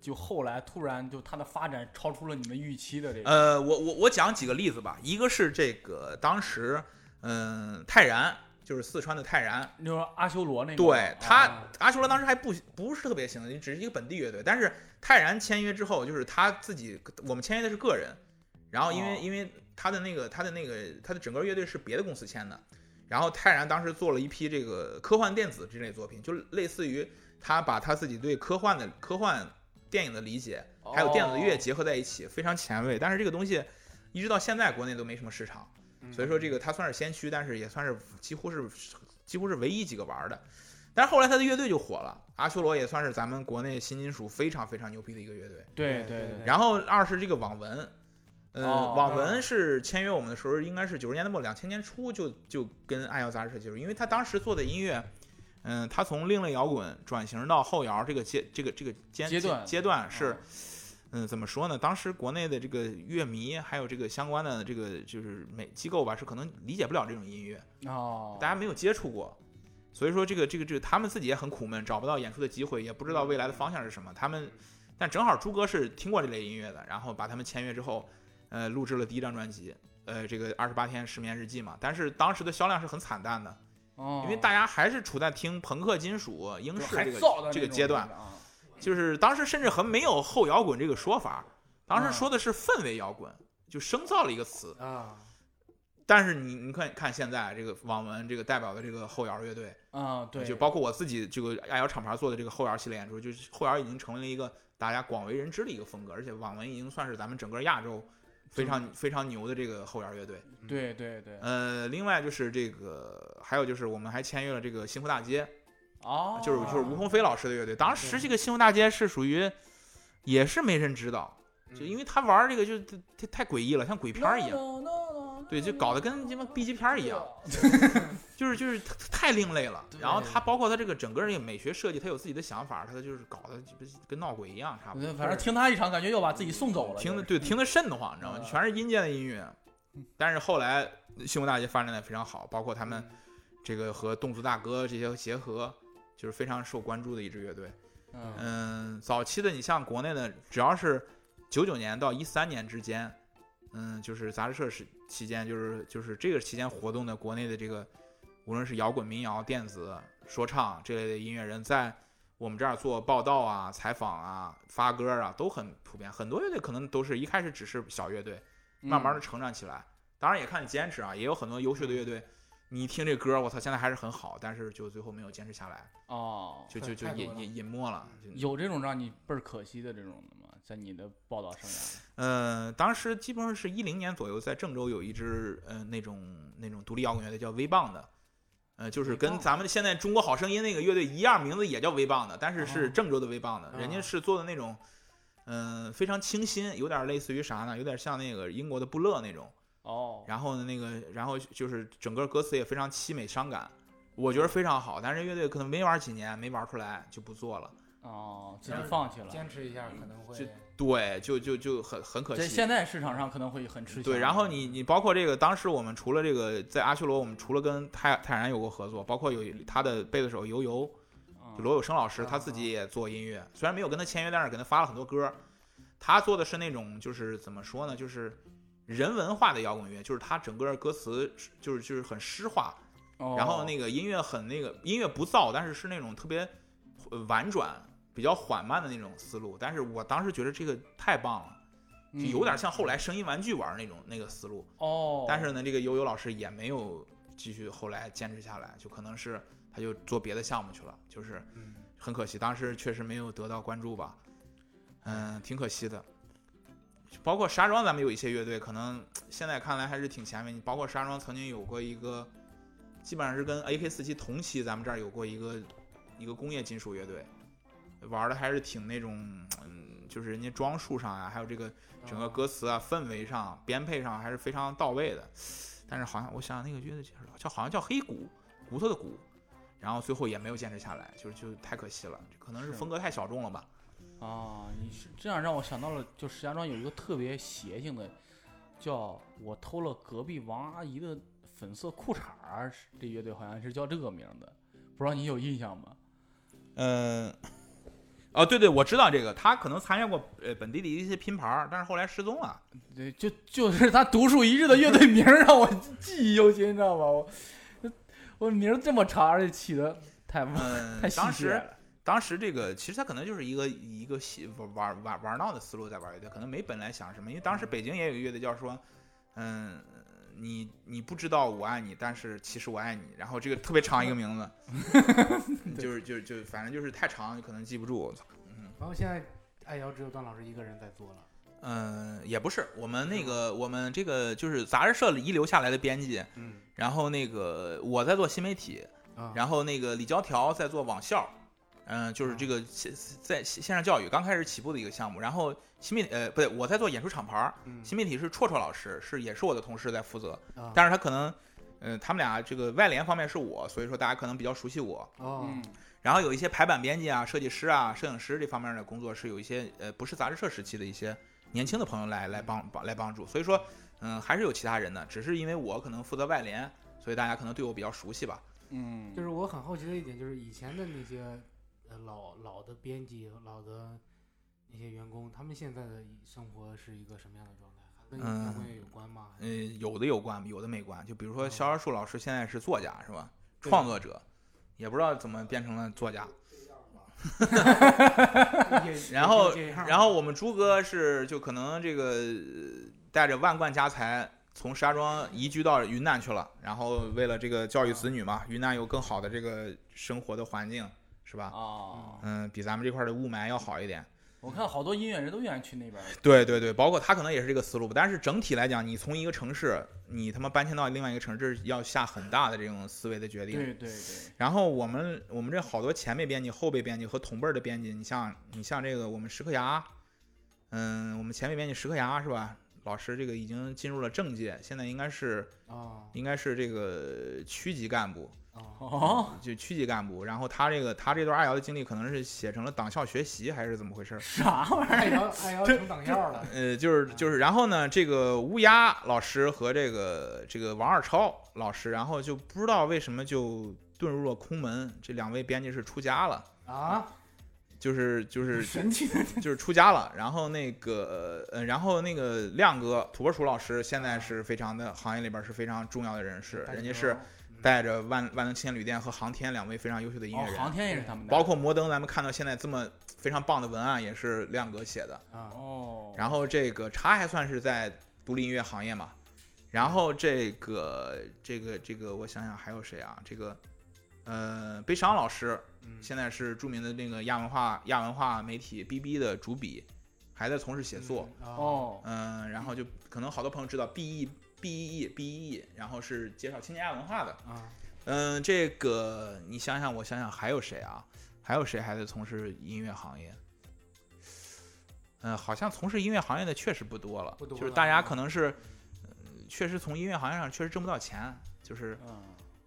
Speaker 2: 就后来突然就他的发展超出了你们预期的这个？
Speaker 3: 呃，我我我讲几个例子吧，一个是这个当时，嗯、泰然就是四川的泰然，
Speaker 2: 你说阿修罗那个，
Speaker 3: 对他
Speaker 1: 啊，
Speaker 3: 阿修罗当时还不不是特别行，只是一个本地乐队。但是泰然签约之后，就是他自己，我们签约的是个人，然后因为、
Speaker 2: 哦
Speaker 3: 因为他的那个他的那个他的整个乐队是别的公司签的，然后泰然当时做了一批这个科幻电子之类的作品，就类似于他把他自己对科幻的科幻电影的理解，还有电子
Speaker 2: 哦
Speaker 3: 乐结合在一起，非常前卫。但是这个东西一直到现在国内都没什么市场，
Speaker 2: 嗯
Speaker 1: 嗯
Speaker 3: 所以说这个他算是先驱，但是也算是几乎是几乎是唯一几个玩儿的。但是后来他的乐队就火了，阿修罗也算是咱们国内新金属非常非常牛逼的一个乐队。
Speaker 2: 哦对
Speaker 1: 对
Speaker 2: 对
Speaker 1: 对
Speaker 3: 然后二是这个网文，呃，
Speaker 2: 哦
Speaker 3: 网文是签约我们的时候，应该是九十年代末两千年初就就跟爱摇杂志社接触，因为他当时做的音乐，嗯、他从另类摇滚转型到后摇这个阶这个这个阶
Speaker 2: 阶段哦
Speaker 3: 阶段是。嗯，怎么说呢？当时国内的这个乐迷，还有这个相关的这个就是美机构吧，是可能理解不了这种音乐，
Speaker 2: 哦，
Speaker 3: 大家没有接触过，所以说这个这个这个他们自己也很苦闷，找不到演出的机会，也不知道未来的方向是什么。他们，但正好朱哥是听过这类音乐的，然后把他们签约之后，呃，录制了第一张专辑，呃，这个二十八天失眠日记嘛。但是当时的销量是很惨淡的，
Speaker 2: 哦，
Speaker 3: 因为大家还是处在听朋克金属、英
Speaker 2: 就
Speaker 3: 式
Speaker 2: 还
Speaker 3: 这个，
Speaker 2: 造的
Speaker 3: 这个
Speaker 2: 那种
Speaker 3: 阶段
Speaker 2: 感觉啊
Speaker 3: 就是当时甚至很没有后摇滚这个说法，当时
Speaker 2: 嗯
Speaker 3: 说的是氛围摇滚，就生造了一个词。
Speaker 1: 啊，
Speaker 3: 但是你你看看现在这个网文这个代表的这个后摇乐队。
Speaker 2: 啊，对，
Speaker 3: 就包括我自己这个爱瑶厂牌做的这个后摇系列演出，就是后摇已经成为了一个大家广为人知的一个风格，而且网文已经算是咱们整个亚洲非
Speaker 2: 嗯
Speaker 3: 常非常牛的这个后摇乐队。
Speaker 2: 对对对，
Speaker 3: 呃，另外就是这个，还有就是我们还签约了这个幸福大街，
Speaker 2: 哦，
Speaker 3: 就是就是吴鹏飞老师的乐队。当时这个幸福大街是属于也是没人知道，
Speaker 1: 嗯
Speaker 3: 就因为他玩这个就太太诡异了，像鬼片儿一样。
Speaker 2: No, no, no, no,
Speaker 3: 对，就搞得跟鸡巴 B 级片儿一样，就是就是太太另类了。然后他包括他这个整个这个美学设计，他有自己的想法，他就是搞得就跟闹鬼一样差不多。
Speaker 2: 反正听他一场，感觉要把自己送走了。
Speaker 3: 听的
Speaker 2: 的
Speaker 3: 对听的瘆得慌，你知道吗？
Speaker 2: 嗯
Speaker 3: 全是阴间的音乐。但是后来西湖大街发展的非常好，包括他们这个和侗族大哥这些结合，就是非常受关注的一支乐队。
Speaker 2: 嗯
Speaker 3: 嗯，早期的你像国内的，只要是九九年到一三年之间，嗯，就是杂志社时期间，就是就是这个期间活动的国内的这个，无论是摇滚、民谣、电子、说唱这类的音乐人，在我们这儿做报道啊、采访啊、发歌啊，都很普遍。很多乐队可能都是一开始只是小乐队，
Speaker 2: 嗯
Speaker 3: 慢慢的成长起来。当然也看你坚持啊，也有很多优秀
Speaker 2: 嗯
Speaker 3: 的乐队，你一听这歌，我操，现在还是很好，但是就最后没有坚持下来，
Speaker 2: 哦，
Speaker 3: 就就就
Speaker 2: 太多
Speaker 3: 隐
Speaker 2: 了
Speaker 3: 隐隐没了。就
Speaker 2: 有这种让你倍儿可惜的这种的吗？在你的报道生涯里？
Speaker 3: 呃，当时基本上是一零年左右，在郑州有一支呃那种那种独立摇滚乐队叫微棒的，呃，就是
Speaker 2: 微
Speaker 3: 跟
Speaker 2: 棒
Speaker 3: 咱们现在中国好声音那个乐队一样，名字也叫微棒的，但是是
Speaker 2: 哦
Speaker 3: 郑州的微棒的，人家
Speaker 1: 哦
Speaker 3: 是做的那种，嗯、非常清新，有点类似于啥呢？有点像那个英国的布勒那种，
Speaker 2: 哦，
Speaker 3: 然后呢那个然后就是整个歌词也非常凄美伤感，我觉得非常好，但是这乐队可能没玩几年，没玩出来就不做了，
Speaker 2: 哦，自己放弃了。
Speaker 1: 坚持一下可能会
Speaker 3: 就对，就就就很很可惜。
Speaker 2: 在现在市场上可能会很吃香。
Speaker 3: 对，然后你你包括这个，当时我们除了这个在阿修罗，我们除了跟泰泰然有过合作，包括有他的贝斯手游游，
Speaker 2: 嗯啊
Speaker 3: 就罗有生老师，他自己也做音乐，虽然没有跟他签约，但是给他发了很多歌。他做的是那种就是怎么说呢，就是人文化的摇滚乐，就是他整个歌词是就是就是很诗化，
Speaker 2: 哦
Speaker 3: 然后那个音乐很那个音乐不燥，但是是那种特别呃婉转、比较缓慢的那种思路。但是我当时觉得这个太棒了，就有点
Speaker 2: 嗯
Speaker 3: 像后来声音玩具玩那种那个思路。
Speaker 2: 哦，
Speaker 3: 但是呢，这个悠悠老师也没有继续后来坚持下来，就可能是他就做别的项目去了，就是
Speaker 1: 嗯
Speaker 3: 很可惜，当时确实没有得到关注吧，嗯，挺可惜的。包括石家庄，咱们有一些乐队，可能现在看来还是挺前卫。包括石家庄曾经有过一个，基本上是跟 AK 四七同期，咱们这儿有过一个一个工业金属乐队，玩的还是挺那种，嗯，就是人家装束上啊，还有这个整个歌词啊、氛围上、编配上还是非常到位的。但是好像我想想那个乐队叫什么叫好像叫黑骨骨头的骨，然后最后也没有坚持下来，就是就太可惜了，可能是
Speaker 2: 是
Speaker 3: 风格太小众了吧。
Speaker 2: 啊，你是这样让我想到了，就石家庄有一个特别邪性的，叫我偷了隔壁王阿姨的粉色裤衩儿，是这乐队好像是叫这个名儿的，不知道你有印象吗？
Speaker 3: 嗯，哦对对，我知道这个，他可能参加过呃本地的一些拼盘儿，但是后来失踪 (laughs) 了。
Speaker 2: 对，就就是他独树一帜的乐队名儿让我记忆犹新，你知道吗？我我名儿这么长，而且起的太
Speaker 3: 嗯
Speaker 2: 太，细
Speaker 3: 当
Speaker 2: 致
Speaker 3: 时
Speaker 2: 了。
Speaker 3: 当时这个其实他可能就是一个一个戏玩玩玩玩闹的思路在玩乐队，可能没本来想什么，因为当时北京也有一个乐队叫说，嗯，你你不知道我爱你，但是其实我爱你，然后这个特别长一个名字，就是就是就反正就是太长，可能记不住。
Speaker 1: 嗯然后现在爱瑶只有段老师一个人在做了，
Speaker 3: 嗯，也不是，我们那个我们这个就是杂志社遗留下来的编辑，
Speaker 1: 嗯
Speaker 3: 然后那个我在做新媒体，
Speaker 1: 啊，
Speaker 3: 然后那个李椒条在做网校，嗯、就是这个线在线上教育刚开始起步的一个项目。然后新媒呃不对，我在做演出厂牌儿，
Speaker 1: 嗯
Speaker 3: 新媒体是绰绰老师，是也是我的同事在负责，
Speaker 1: 啊
Speaker 3: 但是他可能，嗯、他们俩这个外联方面是我，所以说大家可能比较熟悉我。
Speaker 1: 哦
Speaker 2: 嗯，
Speaker 3: 然后有一些排版编辑啊、设计师啊、摄影师这方面的工作是有一些呃不是杂志社时期的一些年轻的朋友来来帮帮来帮助，所以说嗯、还是有其他人的，只是因为我可能负责外联，所以大家可能对我比较熟悉吧。
Speaker 2: 嗯，
Speaker 1: 就是我很好奇的一点，就是以前的那些呃老老的编辑、老的那些员工，他们现在的生活是一个什么样的状态？还跟
Speaker 3: 嗯
Speaker 1: 摇滚乐有关
Speaker 3: (laughs)
Speaker 1: 吗？
Speaker 3: 嗯，有的有关，有的没关。就比如说
Speaker 1: 嗯
Speaker 3: 萧绍树老师现在是作家是吧？
Speaker 1: 对
Speaker 3: 创作者，也不知道怎么变成了作家。
Speaker 1: 也
Speaker 3: 然后
Speaker 1: 也就这样
Speaker 3: 然后我们朱哥是就可能这个呃带着万贯家财从石家庄移居到云南去了，然后为了这个教育子女嘛，云南有更好的这个生活的环境是吧？
Speaker 2: 啊，
Speaker 3: 嗯，比咱们这块儿的雾霾要好一点。
Speaker 2: 我看好多音乐人都愿意去那边儿。
Speaker 3: 对对对，包括他可能也是这个思路，但是整体来讲，你从一个城市，你他妈搬迁到另外一个城市，要下很大的这种思维的决定。
Speaker 2: 对对对，
Speaker 3: 然后我们我们这好多前辈编辑、后辈编辑和同辈儿的编辑，你像你像这个我们石克牙，嗯，我们前辈编辑石克牙是吧？老师这个已经进入了政界，现在应该是
Speaker 1: 哦
Speaker 3: 应该是这个区级干部。
Speaker 1: 哦，
Speaker 2: 哦，
Speaker 3: 就区级干部。然后他这个他这段二幺的经历可能是写成了党校学习还是怎么回事儿？
Speaker 2: 啥玩意
Speaker 1: 爱瑶爱瑶成党校了，
Speaker 3: 呃，就是就是，然后呢，这个乌鸦老师和这个这个王二超老师，然后就不知道为什么就遁入了空门，这两位编辑是出家了。
Speaker 1: 啊，
Speaker 3: 就是就是
Speaker 2: 儿？神奇的，
Speaker 3: 就是出家了，然后那个呃，然后那个亮哥土拨鼠老师现在是非常的行业里边是非常重要的人士，人家是带着万万能青年旅店和航天两位非常优秀的音乐
Speaker 2: 嗯哦，
Speaker 3: 人，
Speaker 2: 航天也是他们的，
Speaker 3: 包括摩登，咱们看到现在这么非常棒的文案也是亮哥写的。
Speaker 1: 啊，
Speaker 2: 哦，
Speaker 3: 然后这个茶还算是在独立音乐行业嘛，然后这个这个这个我想想还有谁啊？这个呃，悲伤老师
Speaker 1: 嗯
Speaker 3: 现在是著名的那个亚文化亚文化媒体 BB 的主笔，还在从事写作。
Speaker 1: 哦，
Speaker 2: 哦，
Speaker 3: 嗯，然后就可能好多朋友知道 B E B E B E，然后是介绍青年亚文化的。
Speaker 1: 啊，
Speaker 3: 嗯，这个你想想，我想想还有谁啊？还有谁还在从事音乐行业？嗯，好像从事音乐行业的确实不多了，
Speaker 1: 不多
Speaker 3: 就是
Speaker 1: 了
Speaker 3: 大家
Speaker 1: 啊
Speaker 3: 可能是，呃确实从音乐行业上确实挣不到钱，就是
Speaker 2: 嗯，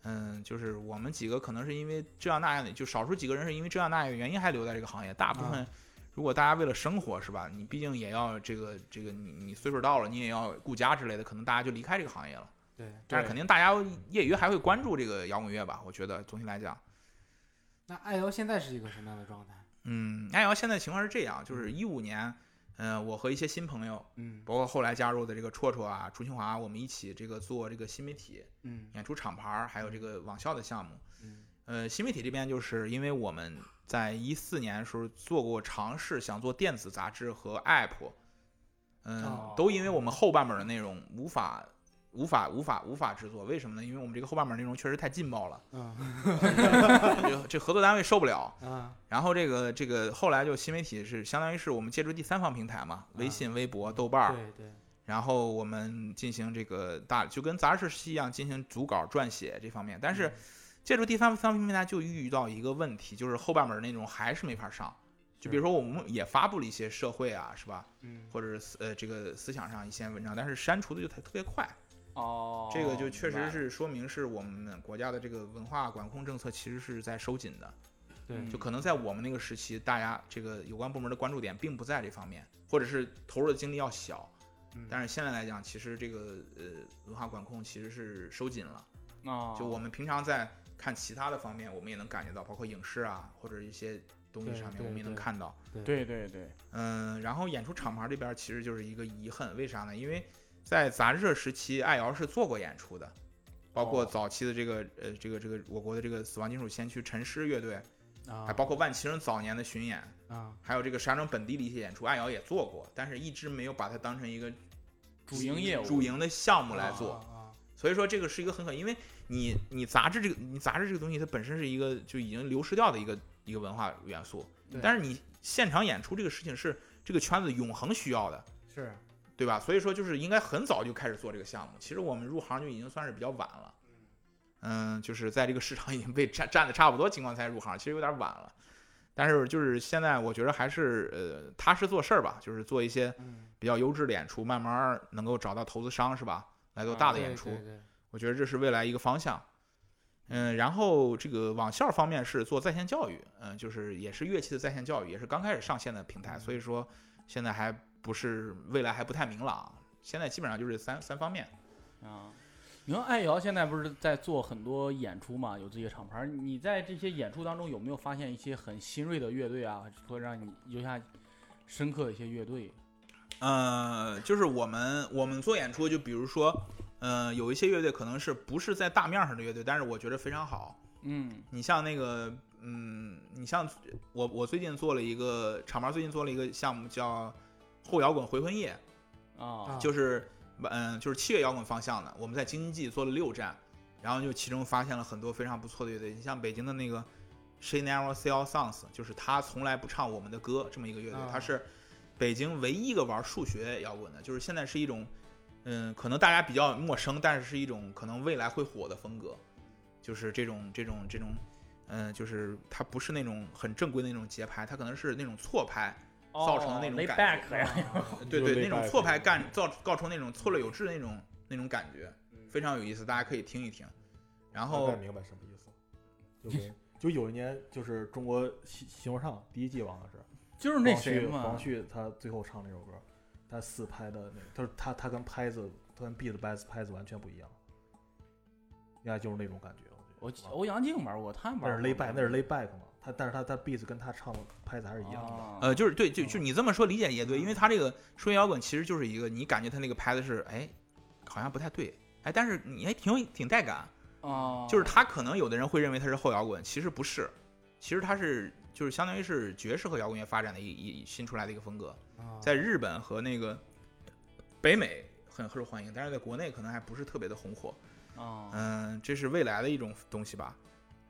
Speaker 3: 嗯，就是我们几个可能是因为这样那样的，就少数几个人是因为这样那样的原因还留在这个行业。大部分，如果大家为了生活是吧，你毕竟也要这个这个你你岁数到了，你也要顾家之类的，可能大家就离开这个行业了。
Speaker 1: 对，
Speaker 3: 但是肯定大家业余还会关注这个摇滚乐吧？我觉得总体来讲，
Speaker 1: 那爱瑶现在是一个什么样的状态？
Speaker 3: 嗯，爱瑶现在情况是这样，就是一五年，嗯、我和一些新朋友，
Speaker 1: 嗯
Speaker 3: 包括后来加入的这个绰绰啊、朱清华，我们一起这个做这个新媒体
Speaker 1: 嗯
Speaker 3: 演出厂牌儿，还有这个网校的项目。
Speaker 1: 嗯
Speaker 3: 呃，新媒体这边就是因为我们在一四年的时候做过尝试，想做电子杂志和 app，嗯、
Speaker 1: 哦
Speaker 3: 都因为我们后半本的内容无法。无法无法无法制作，为什么呢？因为我们这个后半本内容确实太劲爆了， (laughs)
Speaker 1: 嗯
Speaker 3: 这这合作单位受不了。
Speaker 1: 啊
Speaker 3: 然后这个这个后来就新媒体是相当于是我们借助第三方平台嘛，微信、微博、豆瓣儿，
Speaker 1: 对对，
Speaker 3: 然后我们进行这个大就跟杂志社一样进行组稿撰写这方面，但
Speaker 2: 嗯
Speaker 3: 是借助第三方平台就遇到一个问题，就是后半本内容还是没法上。就比如说我们也发布了一些社会啊，是吧，
Speaker 1: 嗯
Speaker 3: 或者是思呃这个思想上一些文章，但是删除的就特特别快，
Speaker 2: 哦，
Speaker 3: 这个就确
Speaker 2: 明
Speaker 3: 实
Speaker 2: 白了，
Speaker 3: 是说明是我们国家的这个文化管控政策其实是在收紧的。
Speaker 1: 对
Speaker 3: 就可
Speaker 2: 嗯
Speaker 3: 能在我们那个时期，大家这个有关部门的关注点并不在这方面，或者是投入的精力要小。
Speaker 1: 嗯
Speaker 3: 但是现在来讲，其实这个呃文化管控其实是收紧了。
Speaker 2: 啊，
Speaker 3: 就我们平常在看其他的方面，我们也能感觉到，包括影视啊或者一些东西
Speaker 1: 对
Speaker 3: 上面，
Speaker 1: 对
Speaker 3: 我们也能
Speaker 1: 对
Speaker 3: 看到。
Speaker 2: 对对对，
Speaker 3: 嗯，然后演出厂牌这边其实就是一个遗憾，为啥呢？因为在杂志社时期，爱瑶是做过演出的，包括
Speaker 2: 哦
Speaker 3: 早期的这个呃这个这个我国的这个死亡金属先驱陈尸乐队，
Speaker 1: 啊
Speaker 3: 还包括万绮雯早年的巡演。
Speaker 1: 啊
Speaker 3: 还有这个石家庄本地的一些演出，爱瑶也做过，但是一直没有把它当成一个
Speaker 2: 主营业务，
Speaker 3: 主营的项目来做。嗯
Speaker 1: 啊
Speaker 3: 所以说这个是一个很可，因为你你杂志这个你杂志这个东西，它本身是一个就已经流失掉的一个一个文化元素
Speaker 1: 对，
Speaker 3: 但是你现场演出这个事情是这个圈子永恒需要的，
Speaker 1: 是
Speaker 3: 对吧？所以说就是应该很早就开始做这个项目。其实我们入行就已经算是比较晚了，嗯，就是在这个市场已经被 (laughs) 占占的差不多情况才入行，其实有点晚了。但是就是现在，我觉得还是呃踏实做事儿吧，就是做一些
Speaker 1: 嗯
Speaker 3: 比较优质的演出，慢慢儿能够找到投资商是吧，来做大的
Speaker 1: 啊对
Speaker 3: 演出。
Speaker 1: 对对
Speaker 3: 我觉得这是未来一个方向。嗯，然后这个网校方面是做在线教育，嗯，就是也是乐器的在线教育，也是刚开始上线的平台，所以说现在还不是未来还不太明朗。现在基本上就是三三方面，
Speaker 2: 啊。你看艾瑶现在不是在做很多演出嘛，有自己的厂牌儿。你在这些演出当中有没有发现一些很新锐的乐队啊，会让你留下深刻的一些乐队？
Speaker 3: 呃，就是我们我们做演出，就比如说，呃，有一些乐队可能是不是在大面上的乐队，但是我觉得非常好。
Speaker 2: 嗯，
Speaker 3: 你像那个，嗯，你像我我最近做了一个厂牌，最近做了一个项目叫后摇滚回魂夜，
Speaker 2: 啊
Speaker 1: 啊
Speaker 3: 就是嗯，就是器乐摇滚方向的。我们在京津冀做了六站，然后就其中发现了很多非常不错的乐队。你像北京的那个 She Never s e l l Songs，就是他从来不唱我们的歌这么一个乐队
Speaker 1: 啊，
Speaker 3: 他是北京唯一一个玩数学摇滚的，就是现在是一种嗯，可能大家比较陌生，但是是一种可能未来会火的风格，就是这种这种这种。嗯，就是它不是那种很正规的那种节拍，它可能是那种错拍，造成的那种
Speaker 2: 哦
Speaker 3: 感啊
Speaker 2: layback 呀，
Speaker 1: 啊
Speaker 3: (laughs) 对
Speaker 6: 就
Speaker 3: 对，那
Speaker 6: 类
Speaker 3: 种
Speaker 6: 拜
Speaker 3: 错
Speaker 6: 拜
Speaker 3: 拍干造造成那种错落有致的那种那种感觉，非常有意思，大家可以听一听。然
Speaker 6: 大
Speaker 3: 后
Speaker 6: 概明白什么意思。就给就有一年就是中国新新说唱第一季忘了是
Speaker 2: 就是那
Speaker 6: 黄
Speaker 2: 谁
Speaker 6: 旭
Speaker 2: 嘛
Speaker 6: 黄，旭他最后唱那首歌，他四拍的那个，他说他他跟拍子，他跟 beat 拍子拍子完全不一样，应该就是那种感觉。
Speaker 2: 我
Speaker 6: 觉得啊
Speaker 2: 欧阳靖玩过，他玩
Speaker 6: 那是
Speaker 2: 过
Speaker 6: layback，那是 layback 嘛，他但是他他 beat 跟他唱的拍子还是一样的。
Speaker 2: 啊
Speaker 3: 呃，就是对，就就你这么说理解也对，因为他这个说摇滚其实就是一个，你感觉他那个拍的是，哎，好像不太对，哎，但是你还挺有挺带感，
Speaker 2: 啊，
Speaker 3: 就是他可能有的人会认为他是后摇滚，其实不是，其实他是就是相当于是爵士和摇滚乐发展的一一新出来的一个风格，
Speaker 1: 啊，
Speaker 3: 在日本和那个北美很受欢迎，但是在国内可能还不是特别的红火。
Speaker 2: 啊，
Speaker 3: 嗯，这是未来的一种东西吧。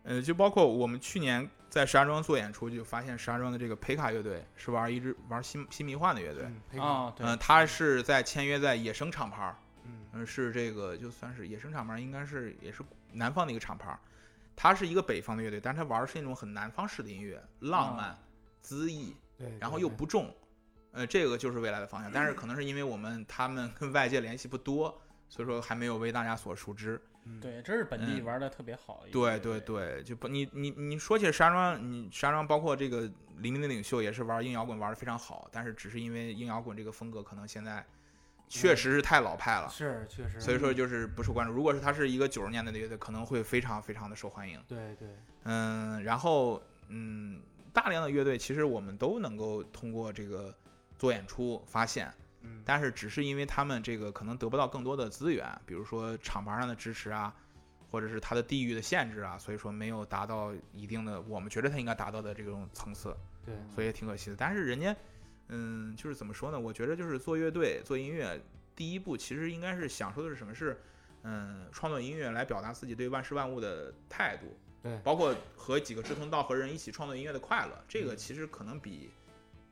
Speaker 3: 呃，就包括我们去年在石家庄做演出，就发现石家庄的这个裴卡乐队是玩一支玩新新迷幻的乐队。
Speaker 1: 嗯，配合
Speaker 2: 啊，对，
Speaker 3: 嗯，他是在签约在野生厂牌儿，
Speaker 1: 嗯
Speaker 3: 嗯，是这个就算是野生厂牌儿，应该是也是南方的一个厂牌儿。他是一个北方的乐队，但是他玩的是那种很南方式的音乐，浪漫、恣意，
Speaker 1: 哦对，
Speaker 3: 然后
Speaker 1: 对
Speaker 3: 又
Speaker 1: 对
Speaker 3: 不重，呃，这个就是未来的方向。但是可能是因为我们他们跟外界联系不多，所以说还没有为大家所熟知。
Speaker 1: 嗯
Speaker 2: 对，这是本地
Speaker 3: 嗯
Speaker 2: 玩的特别好的一
Speaker 3: 对
Speaker 2: 个。
Speaker 3: 对对，就不你你你说起石家庄，你石家庄包括这个零零的领袖也是玩硬摇滚玩的非常好，但是只是因为硬摇滚这个风格可能现在确实是太老派了，
Speaker 1: 是确实，
Speaker 3: 所以说就是不受关注。如果是他是一个九十年代的乐队，可能会非常非常的受欢迎。
Speaker 1: 对对，
Speaker 3: 嗯，然后嗯，大量的乐队其实我们都能够通过这个做演出发现，
Speaker 1: 嗯，
Speaker 3: 但是只是因为他们这个可能得不到更多的资源，比如说厂牌上的支持啊，或者是它的地域的限制啊，所以说没有达到一定的我们觉得它应该达到的这种层次，
Speaker 1: 对
Speaker 3: 所以也挺可惜的。但是人家，嗯，就是怎么说呢？我觉得就是做乐队、做音乐，第一步其实应该是享受的是什么？是嗯，创作音乐来表达自己对万事万物的态度，
Speaker 1: 对
Speaker 3: 包括和几个志同道合人一起创作音乐的快乐，这
Speaker 1: 嗯
Speaker 3: 个其实可能比，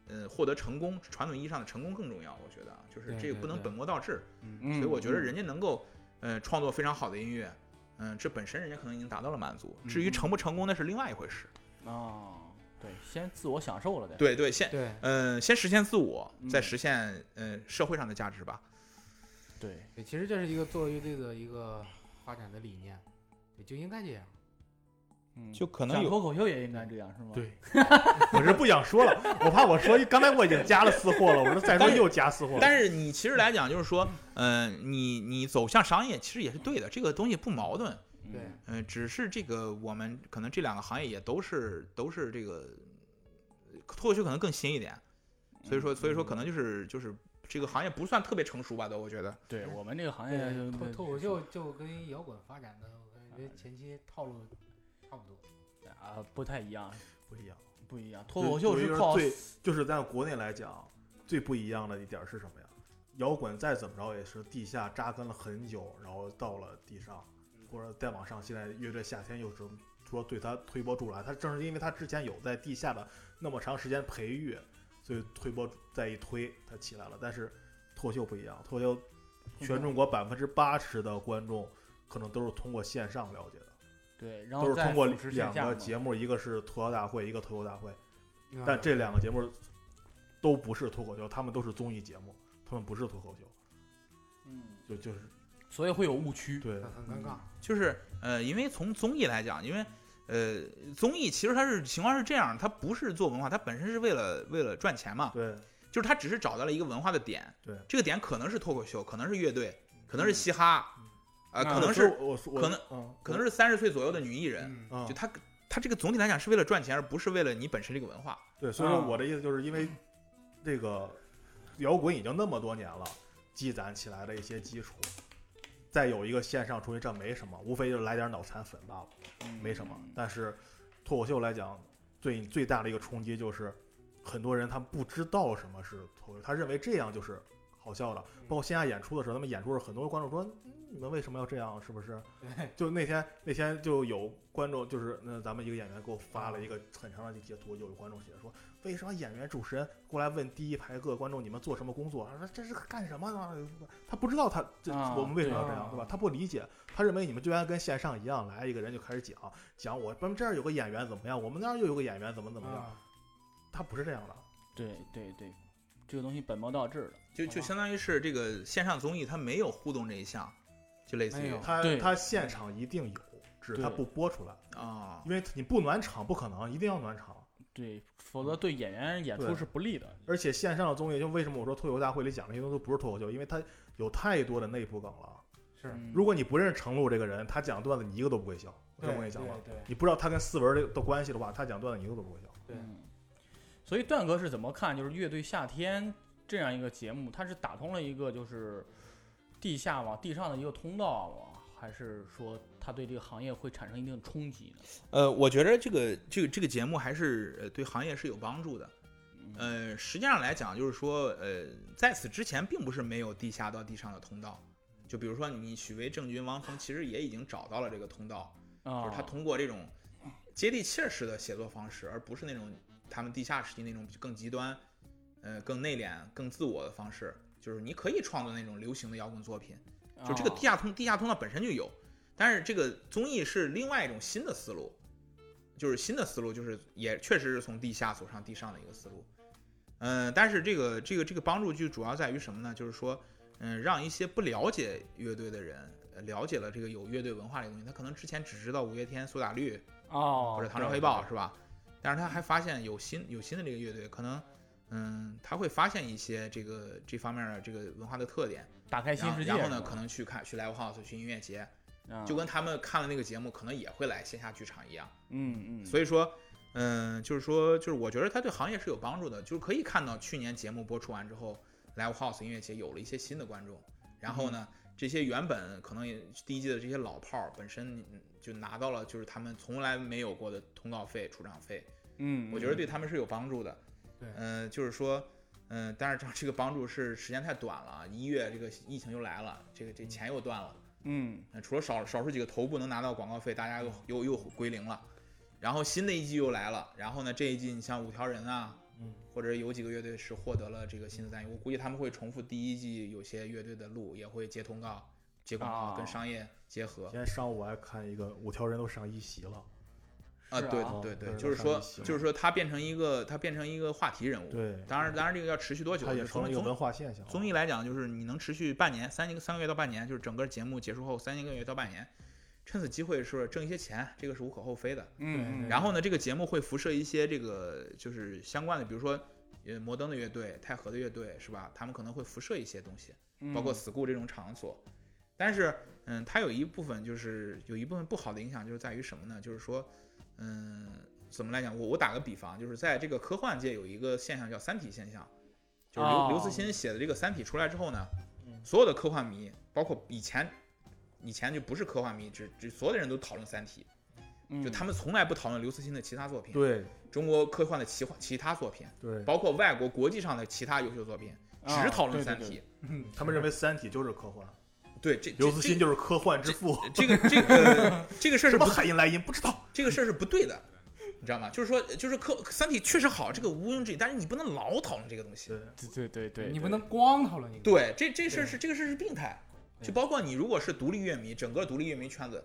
Speaker 3: 呃，获得成功传统意义上的成功更重要。我觉得啊，就是
Speaker 1: 对
Speaker 3: 这个
Speaker 1: 对
Speaker 3: 不能
Speaker 1: 对
Speaker 3: 本末倒置，
Speaker 1: 嗯
Speaker 2: 嗯，
Speaker 3: 所以我觉得
Speaker 2: 嗯
Speaker 3: 人家能够，呃，创作非常好的音乐，嗯、这本身人家可能已经达到了满足。至于
Speaker 2: 嗯
Speaker 3: 成不成功，那是另外一回事。
Speaker 2: 啊，对，先自我享受了再。
Speaker 3: 对对，先，
Speaker 1: 对
Speaker 3: 嗯、先实现自我，再
Speaker 2: 嗯
Speaker 3: 实现呃社会上的价值吧。
Speaker 2: 对，
Speaker 1: 对，其实这是一个作为乐队的一个发展的理念，对，就应该这样。
Speaker 2: 嗯，
Speaker 3: 就可能
Speaker 2: 讲
Speaker 3: 有
Speaker 2: 脱口秀也应该这样是吗？
Speaker 6: 对我是不想说了，我怕我说一刚才我已经加了私货了，我说再说又加私货了。
Speaker 3: 但是你其实来讲，就是说，嗯、你你走向商业其实也是对的，这个东西不矛盾。
Speaker 2: 嗯
Speaker 1: 对
Speaker 3: 嗯、只是这个我们可能这两个行业也都是都是这个脱口秀可能更新一点，所以说所以说可能就是就是这个行业不算特别成熟吧，都我觉得。
Speaker 2: 对我们这个行业
Speaker 1: 对，
Speaker 2: 哎就
Speaker 1: 脱脱口秀就跟摇滚发展的，我感觉前期套路差不多。
Speaker 2: 啊不太一样，
Speaker 6: 不一样，
Speaker 2: 不一样。脱口秀
Speaker 6: 就是是
Speaker 2: 靠
Speaker 6: 最就是在国内来讲，最不一样的一点是什么呀？摇滚再怎么着也是地下扎根了很久，然后到了地上，或者再往上，现在乐队夏天又是说对他推波助澜，他正是因为他之前有在地下的那么长时间培育，所以推波再一推他起来了。但是脱口秀不一样，
Speaker 2: (laughs)
Speaker 6: 脱口秀全中国百分之八十的观众可能都是通过线上了解的。
Speaker 2: 对，然
Speaker 6: 都
Speaker 2: 后
Speaker 6: 是
Speaker 2: 再
Speaker 6: 通过
Speaker 2: 腐蚀线
Speaker 6: 两
Speaker 2: 下
Speaker 6: 个
Speaker 2: 嘛
Speaker 6: 节目，一个是吐槽大会，一个脱口大会，
Speaker 1: 嗯
Speaker 6: 但这两个节目都不是脱口秀，他们都是综艺节目，他们不是脱口秀，
Speaker 2: 嗯，
Speaker 6: 就就是
Speaker 2: 所以会有误区。
Speaker 6: 对
Speaker 3: 嗯
Speaker 1: 很很尴尬。
Speaker 3: 就是呃，因为从综艺来讲，因为呃，综艺其实它是情况是这样，它不是做文化，它本身是为了为了赚钱嘛，
Speaker 6: 对
Speaker 3: 就是它只是找到了一个文化的点，
Speaker 6: 对，嗯
Speaker 3: 这个点可能是脱口秀，可能是乐队，可能是嘻哈，呃，
Speaker 2: 那
Speaker 3: 可能
Speaker 6: 所以
Speaker 3: 是
Speaker 6: 我说我
Speaker 3: 可能
Speaker 6: 嗯
Speaker 3: 可能是三十岁左右的女艺人，
Speaker 1: 嗯，
Speaker 6: 嗯
Speaker 3: 就他他这个总体来讲是为了赚钱，而不是为了你本身这个文化。
Speaker 6: 对，所以说
Speaker 2: 啊
Speaker 6: 我的意思就是因为这个摇滚已经那么多年了，积攒起来的一些基础。再有一个线上出去，这没什么，无非就是来点脑残粉罢了。
Speaker 2: 嗯
Speaker 6: 没什么。但是脱口秀来讲，最最大的一个冲击就是，很多人他不知道什么是脱口秀，他认为这样就是好笑的。包括线下演出的时候，他们演出的时候，很多观众说：“嗯你们为什么要这样？是不是？”
Speaker 1: 对，
Speaker 6: 就那天那天就有观众，就是那咱们一个演员给我发了一个很长的截图，就有观众写说，为什么演员主持人过来问第一排各个观众你们做什么工作？他说这是干什么呢？他不知道他这
Speaker 2: 啊
Speaker 6: 我们为什么要这
Speaker 1: 对
Speaker 6: 样，对吧？他不理解，他认为你们就应该跟线上一样，来一个人就开始讲讲我们这儿有个演员怎么样，我们那儿又有个演员怎么怎么样，
Speaker 1: 啊
Speaker 6: 他不是这样的。
Speaker 2: 对对对，这个东西本末倒置了。
Speaker 3: 就
Speaker 6: 哦
Speaker 3: 就相当于是这个线上综艺，它没有互动这一项，就类似
Speaker 1: 没
Speaker 3: 于
Speaker 1: 有
Speaker 6: 他
Speaker 2: 对
Speaker 6: 他现场一定有，只是它
Speaker 2: 对
Speaker 6: 不播出来，
Speaker 3: 啊，
Speaker 6: 因为你不暖场不可能，一定要暖场。
Speaker 2: 对，否则对演员演
Speaker 6: 对
Speaker 2: 出是不利的。
Speaker 6: 而且线上的综艺，就为什么我说脱口秀大会里讲那些东西都不是脱口秀，因为它有太多的内部梗了。
Speaker 1: 是，
Speaker 2: 嗯
Speaker 6: 如果你不认识程璐这个人，他讲段子你一个都不会笑。我这
Speaker 1: 对
Speaker 6: 么跟你讲吧，
Speaker 1: 对
Speaker 6: 你不知道他跟思文的关系的话，他讲段子你一个都不会笑。
Speaker 1: 对
Speaker 2: 嗯，所以段哥是怎么看就是《乐队夏天》这样一个节目，它是打通了一个就是地下往地上的一个通道吗？还是说它对这个行业会产生一定的冲击呢？
Speaker 3: 呃，我觉得这个这个这个节目还是呃对行业是有帮助的。
Speaker 2: 嗯
Speaker 3: 呃，实际上来讲，就是说，呃，在此之前，并不是没有地下到地上的通道。就比如说，你许巍、郑钧、王峰，其实也已经找到了这个通道，
Speaker 2: 啊，
Speaker 3: 就是他通过这种接地气儿式的写作方式，而不是那种他们地下时期那种更极端、呃更内敛、更自我的方式。就是你可以创作那种流行的摇滚作品，就这个
Speaker 2: 啊
Speaker 3: 地下通地下通道本身就有，但是这个综艺是另外一种新的思路，就是新的思路，就是也确实是从地下走上地上的一个思路。嗯，但是这个这个这个帮助就主要在于什么呢？就是说，嗯，让一些不了解乐队的人呃了解了这个有乐队文化这个东西，他可能之前只知道五月天、苏打绿
Speaker 2: 哦，
Speaker 3: 或者唐朝
Speaker 2: 对
Speaker 3: 黑豹是吧？但是他还发现有新有新的这个乐队，可能嗯，他会发现一些这个这方面的这个文化的特点。
Speaker 2: 打开新
Speaker 3: 然后
Speaker 2: 世界，嗯
Speaker 3: 然后呢，可能去看去 live house 去音乐节，
Speaker 2: 能
Speaker 3: 就跟他们看了那个节目，可能也会来线下剧场一样。
Speaker 2: 嗯嗯，
Speaker 3: 所
Speaker 2: 以
Speaker 3: 以说，嗯，就是说，就是我觉得它对行业是有帮助的，就是可以看到去年节目播出完之后，live house 音乐节有了一些新的观众。然后呢，
Speaker 2: 嗯
Speaker 3: 这些原本可能也第一季的这些老炮儿本身嗯就拿到了就是他们从来没有过的通告费、出场费，
Speaker 2: 嗯，
Speaker 3: 我觉得对他们是有帮助的。
Speaker 1: 对
Speaker 3: 嗯、就是说，嗯、但是这这个帮助是时间太短了啊，一月这个疫情又来了，这个这钱又断了。
Speaker 2: 嗯
Speaker 3: 呃除了少少数几个头部能拿到广告费，大家又又又归零了。然后新的一季又来了，然后呢这一季你像五条人啊，
Speaker 6: 嗯，
Speaker 3: 或者有几个乐队是获得了这个新的赞誉，我估计他们会重复第一季有些乐队的路，也会接通告、接广告
Speaker 2: 啊
Speaker 3: 跟商业结合。
Speaker 6: 今天上午我还看一个五条人都上一席了，
Speaker 3: 啊，
Speaker 2: 是
Speaker 3: 对
Speaker 2: 啊
Speaker 3: 对对，
Speaker 6: 对
Speaker 3: 就是
Speaker 6: 上
Speaker 3: 说
Speaker 6: 一期
Speaker 3: 就是说他变成一个他变成一个话题人物。
Speaker 6: 对，
Speaker 3: 当然当然这个要持续多久？
Speaker 6: 它也
Speaker 3: 就
Speaker 6: 成了一个
Speaker 3: 从
Speaker 6: 文化现象。
Speaker 3: 综艺来讲，就是你能持续半年，三个三个月到半年，就是整个节目结束后三个月到半年，趁此机会是挣一些钱，这个是无可厚非的。
Speaker 2: 嗯，
Speaker 3: 然后呢，这个节目会辐射一些这个就是相关的，比如说呃摩登的乐队、太和的乐队是吧？他们可能会辐射一些东西，包
Speaker 6: 嗯
Speaker 3: 括 school 这种场所。但是，嗯，它有一部分就是有一部分不好的影响，就是在于什么呢？就是说，嗯，怎么来讲？我我打个比方，就是在这个科幻界有一个现象叫“三体”现象，就是刘、
Speaker 2: 哦
Speaker 3: 刘慈欣写的这个《三体》出来之后呢
Speaker 6: 嗯，
Speaker 3: 所有的科幻迷，包括以前以前就不是科幻迷，只只所有的人都讨论《三体》，
Speaker 2: 嗯
Speaker 3: 就他们从来不讨论刘慈欣的其他作
Speaker 6: 嗯
Speaker 3: 品，
Speaker 6: 对
Speaker 3: 中国科幻的奇幻其他作品，
Speaker 6: 对，啊
Speaker 3: 包括外国国际上的其他优秀作品，
Speaker 2: 啊
Speaker 3: 只讨论《三体》。
Speaker 1: 嗯
Speaker 6: 他们认为《三体》就是科幻，
Speaker 3: 对，这
Speaker 6: 刘慈欣就是科幻之父。
Speaker 3: 这个这个这
Speaker 6: (laughs)
Speaker 3: 个事儿
Speaker 6: 什
Speaker 3: 是
Speaker 6: 么
Speaker 3: 不
Speaker 6: 海因莱因不知道，
Speaker 3: 这个事儿是不对的，你知道吗？就是说，就是科《三体》确实好，这个毋庸置疑，但是你不能老讨论这个东西。
Speaker 6: 对，
Speaker 2: 对对对，
Speaker 1: 你不能光讨论一个。
Speaker 3: 对，这这事儿
Speaker 1: 对
Speaker 3: 是这个事儿是病态，
Speaker 1: 对
Speaker 3: 就包括你如果是独立乐迷，整个独立乐迷圈子，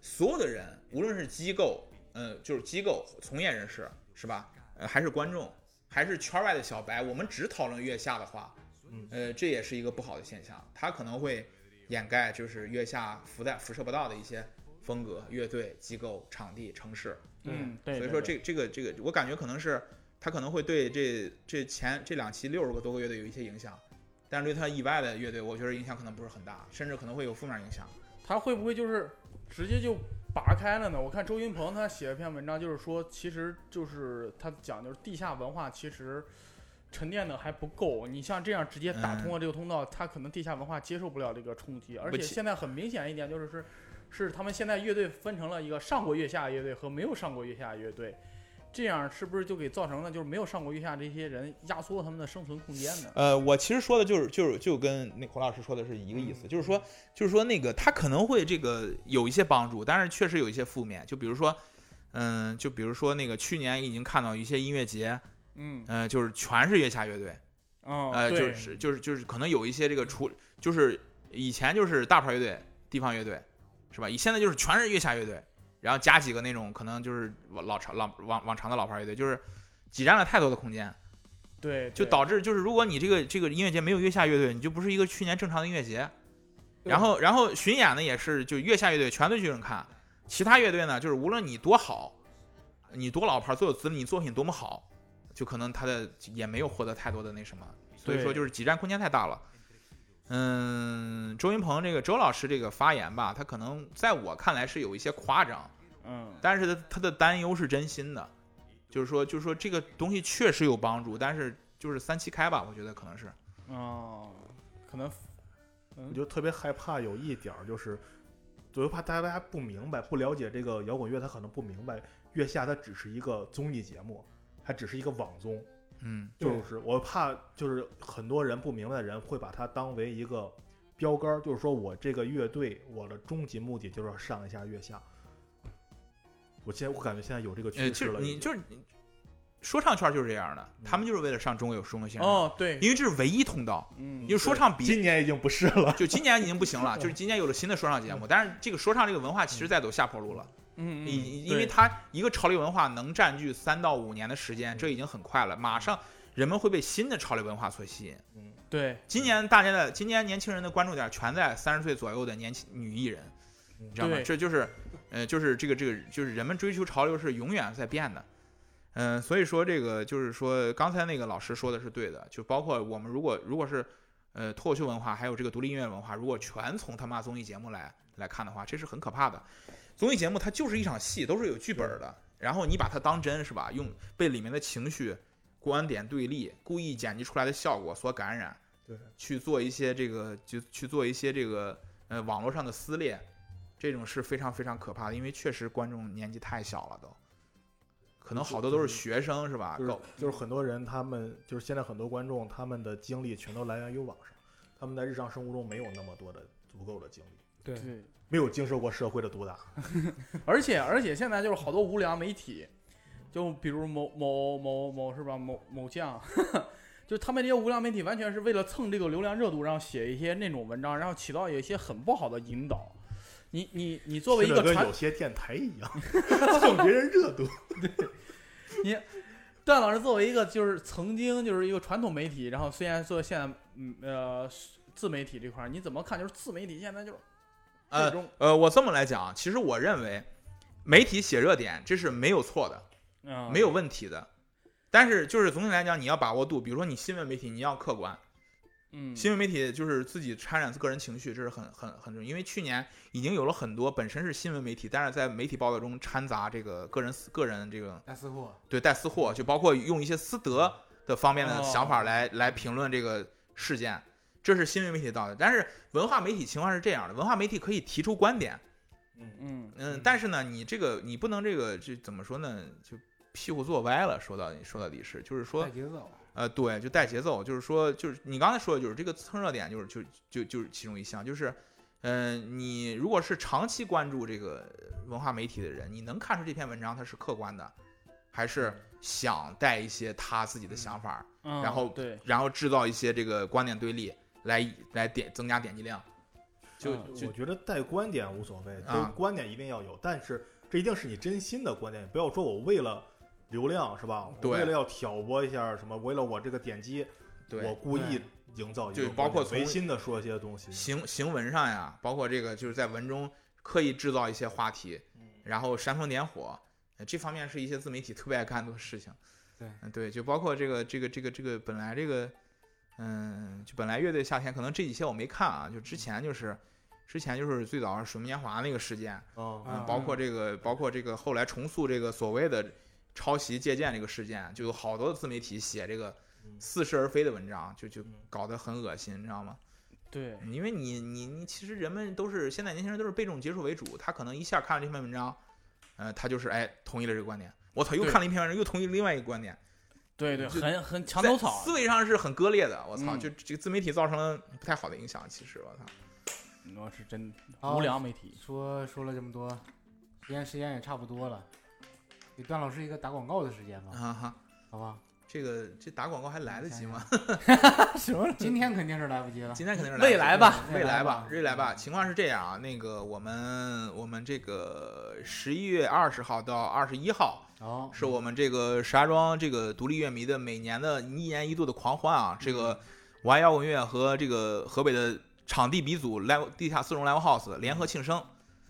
Speaker 3: 所有的人，无论是机构，呃，就是机构从业人士，是吧？呃，还是观众，还是圈外的小白，我们只讨论月下的话，
Speaker 6: 嗯
Speaker 3: 呃，这也是一个不好的现象，它可能会掩盖就是月下辐在辐射不到的一些风格、乐队、机构、场地、城市，
Speaker 2: 嗯，对，
Speaker 3: 所以说这这个这个，我感觉可能是他可能会对这这前这两期六十个多个乐队有一些影响，但是对他以外的乐队，我觉得影响可能不是很大，甚至可能会有负面影响。
Speaker 2: 他会不会就是直接就拔开了呢？我看周云鹏他写了篇文章，就是说，其实就是他讲就是地下文化其实沉淀的还不够。你像这样直接
Speaker 3: 嗯
Speaker 2: 打通了这个通道，他可能地下文化接受不了这个冲击。而且
Speaker 3: 起
Speaker 2: 现在很明显一点就是是是他们现在乐队分成了一个上过月下乐队和没有上过月下乐队。这样是不是就给造成了就是没有上过月下这些人压缩他们的生存空间呢？
Speaker 3: 呃，我其实说的就是就是就跟那胡老师说的是一个意思，就是说就是说那个他可能会这个有一些帮助，但是确实有一些负面，就比如说。嗯，就比如说那个去年已经看到一些音乐节，
Speaker 2: 嗯，
Speaker 3: 嗯、就是全是月下乐队，
Speaker 2: 哦，
Speaker 3: 呃，
Speaker 2: 对
Speaker 3: 就是就是就是可能有一些这个除就是以前就是大牌乐队、地方乐队，是吧？以现在就是全是月下乐队，然后加几个那种可能就是老长老往往常的老牌乐队，就是挤占了太多的空间，
Speaker 2: 对，
Speaker 3: 就
Speaker 2: 对
Speaker 3: 导致就是如果你这个这个音乐节没有月下乐队，你就不是一个去年正常的音乐节。然后然后巡演呢也是就月下乐队全都去人看，其他乐队呢，就是无论你多好，你多老牌，多有资历，你作品多么好，就可能他的也没有获得太多的那什么，所以说就是挤占空间太大了。嗯，周云鹏这个周老师这个发言吧，他可能在我看来是有一些夸张，
Speaker 2: 嗯，
Speaker 3: 但是他他的担忧是真心的，就是说就是说这个东西确实有帮助，但是就是三七开吧，我觉得可能是，
Speaker 2: 哦，可能
Speaker 6: 我就特别害怕有一点儿，就是我又怕大家不明白、不了解这个摇滚乐，他可能不明白月下它只是一个综艺节目，它只是一个网综，
Speaker 3: 嗯
Speaker 6: 就是我怕就是很多人不明白的人会把它当为一个标杆儿，就是说我这个乐队我的终极目的就是要上一下月下。我现在我感觉现在有这个
Speaker 3: 呃，
Speaker 6: 趋
Speaker 3: 其
Speaker 6: 势
Speaker 3: 实
Speaker 6: 了已经，
Speaker 3: 你就是说唱圈就是这样的，
Speaker 6: 嗯
Speaker 3: 他们就是为了上中有中国新人，
Speaker 2: 哦，对，
Speaker 3: 因为这是唯一通道。
Speaker 2: 嗯
Speaker 3: 因为说唱比
Speaker 6: 今年已经不是
Speaker 3: (laughs)
Speaker 6: 了。
Speaker 3: 就今年已经不行了，就是今年有了新的说唱节目，但是这个说唱这个文化其实在走下坡路了，
Speaker 2: 嗯，嗯
Speaker 3: 因
Speaker 2: 对
Speaker 3: 因为它一个潮流文化能占据三到五年的时间，这已经很快了，马上人们会被新的潮流文化所吸引。
Speaker 2: 对
Speaker 3: 今年大家的今年年轻人的关注点全在三十岁左右的年轻女艺人，你知道吗？
Speaker 2: 对
Speaker 3: 这就是，呃，就是这个这个就是人们追求潮流是永远在变的，嗯、所以说这个就是说刚才那个老师说的是对的，就包括我们如果如果是呃脱口秀文化还有这个独立音乐文化，如果全从他妈综艺节目来来看的话，这是很可怕的。综艺节目它就是一场戏，都是有剧本的，然后你把它当真是吧？用被里面的情绪、观点对立、故意剪辑出来的效果所感染。
Speaker 6: 对，
Speaker 3: 去做一些这个，就去做一些这个，呃，网络上的撕裂，这种是非常非常可怕的，因为确实观众年纪太小了都，可能好多都是学生是吧？
Speaker 6: 就是
Speaker 3: 搞
Speaker 6: 就是很多人，他们就是现在很多观众，他们的精力全都来源于网上，他们在日常生活中没有那么多的足够的精力，
Speaker 1: 对
Speaker 2: 对，
Speaker 6: 没有经受过社会的毒打。
Speaker 2: (laughs) 而且而且现在就是好多无良媒体，就比如某某某某是吧，某某酱， (laughs) 就他们这些无良媒体完全是为了蹭这个流量热度，然后写一些那种文章，然后起到有一些很不好的引导。你你你作为一
Speaker 6: 这
Speaker 2: 个
Speaker 6: 跟
Speaker 2: 传
Speaker 6: 有些电台一样， (laughs) 蹭别人热度。
Speaker 2: 段老师作为一个就是曾经就是一个传统媒体，然后虽然说现在嗯呃自媒体这块儿，你怎么看？就是自媒体现在就是这
Speaker 3: 呃
Speaker 2: 种
Speaker 3: 呃，我这么来讲啊，其实我认为媒体写热点这是没有错的，
Speaker 2: 嗯
Speaker 3: 没有问题的，但是就是总体来讲，你要把握度，比如说你新闻媒体你要客观，
Speaker 2: 嗯
Speaker 3: 新闻媒体就是自己掺染个人情绪，这是很很很重要。因为去年已经有了很多本身是新闻媒体，但是在媒体报道中掺杂这个个人私个人这个
Speaker 1: 大私货，
Speaker 3: 对带私货，就包括用一些私德的方面的
Speaker 2: 哦
Speaker 3: 想法来、来评论这个事件，这是新闻媒体到的。但是文化媒体情况是这样的，文化媒体可以提出观点，
Speaker 2: 嗯
Speaker 3: (laughs) 嗯，但是呢，你这个你不能这个这怎么说呢？就屁股坐歪了。说到底说到底是，就是说
Speaker 1: 带节奏，
Speaker 3: 呃，对，就带节奏，就是说，就是你刚才说的，就是这个蹭热点、就是，就就就是其中一项，就是，嗯、你如果是长期关注这个文化媒体的人，你能看出这篇文章它是客观的，还是想带一些他自己的想法，
Speaker 2: 嗯，
Speaker 3: 然后
Speaker 2: 对，
Speaker 3: 然后制造一些这个观点对立，来来点增加点击量，就
Speaker 2: 嗯
Speaker 3: 就
Speaker 6: 我觉得带观点无所谓，就
Speaker 3: 啊
Speaker 6: 观点一定要有，但是这一定是你真心的观点，不要说我为了流量是吧？我
Speaker 3: 对
Speaker 6: 为了要挑拨一下什么，为了我这个点击，我
Speaker 3: 对
Speaker 6: 故意营造一个
Speaker 3: 就包括
Speaker 6: 观点
Speaker 3: 从
Speaker 6: 违心的说一些东西。
Speaker 3: 行行文上呀，包括这个就是在文中刻意制造一些话题，然后煽风点火，呃这方面是一些自媒体特别爱干的事情。
Speaker 1: (laughs) 对
Speaker 3: 嗯，对，就包括这个这个这个这个本来这个，嗯，就本来乐队夏天可能这几些我没看啊，就
Speaker 1: 嗯
Speaker 3: 之前就是之前就是最早是水木年华那个事件，
Speaker 6: 嗯
Speaker 1: 啊
Speaker 3: 嗯，包括这个包括这个后来重塑这个所谓的抄袭借鉴这个事件，就有好多自媒体写这个
Speaker 6: 嗯
Speaker 3: 似是而非的文章，就就
Speaker 6: 嗯
Speaker 3: 搞得很恶心，你知道吗？
Speaker 2: 对，
Speaker 3: 因为你你你其实人们都是现在年轻人都是被这种接触为主，他可能一下看了这篇文章，呃，他就是哎同意了这个观点，我操，又
Speaker 2: 对
Speaker 3: 看了一篇文章，又同意另外一个观点，
Speaker 2: 对对，
Speaker 3: 就
Speaker 2: 很很墙头草啊
Speaker 3: 在，思维上是很割裂的，我操，
Speaker 2: 嗯啊
Speaker 3: 就这个自媒体造成了不太好的影响，其实我操，
Speaker 2: 我是真
Speaker 3: 哦
Speaker 1: 好
Speaker 2: 无良媒
Speaker 3: (laughs)
Speaker 2: 体。
Speaker 1: 说说了这么多，时间时间也差不多了，给段老师一个打广告的时间吧，
Speaker 3: 啊哈，
Speaker 1: 好吧？
Speaker 3: 这个这打广告还来得及
Speaker 2: 哎
Speaker 3: 吗？
Speaker 2: 什么？
Speaker 1: 今
Speaker 3: (laughs)
Speaker 1: 天肯定是来不及了，
Speaker 3: 今天肯定是
Speaker 2: (laughs) 未来
Speaker 3: 来不及
Speaker 2: 吧，
Speaker 3: 嗯未来吧，未
Speaker 1: 未
Speaker 3: 来
Speaker 1: 来
Speaker 3: 吧。
Speaker 1: 吧
Speaker 3: 情况是这样啊，那个我们我们这个十一月二十号到二十一号，
Speaker 1: 哦，
Speaker 3: 是我们这个石家庄这个独立乐迷的每年的一年一度的狂欢啊！
Speaker 1: 嗯
Speaker 3: 这个我爱摇滚乐和这个河北的场地鼻祖 Live 地下四重 Live House 联合庆生，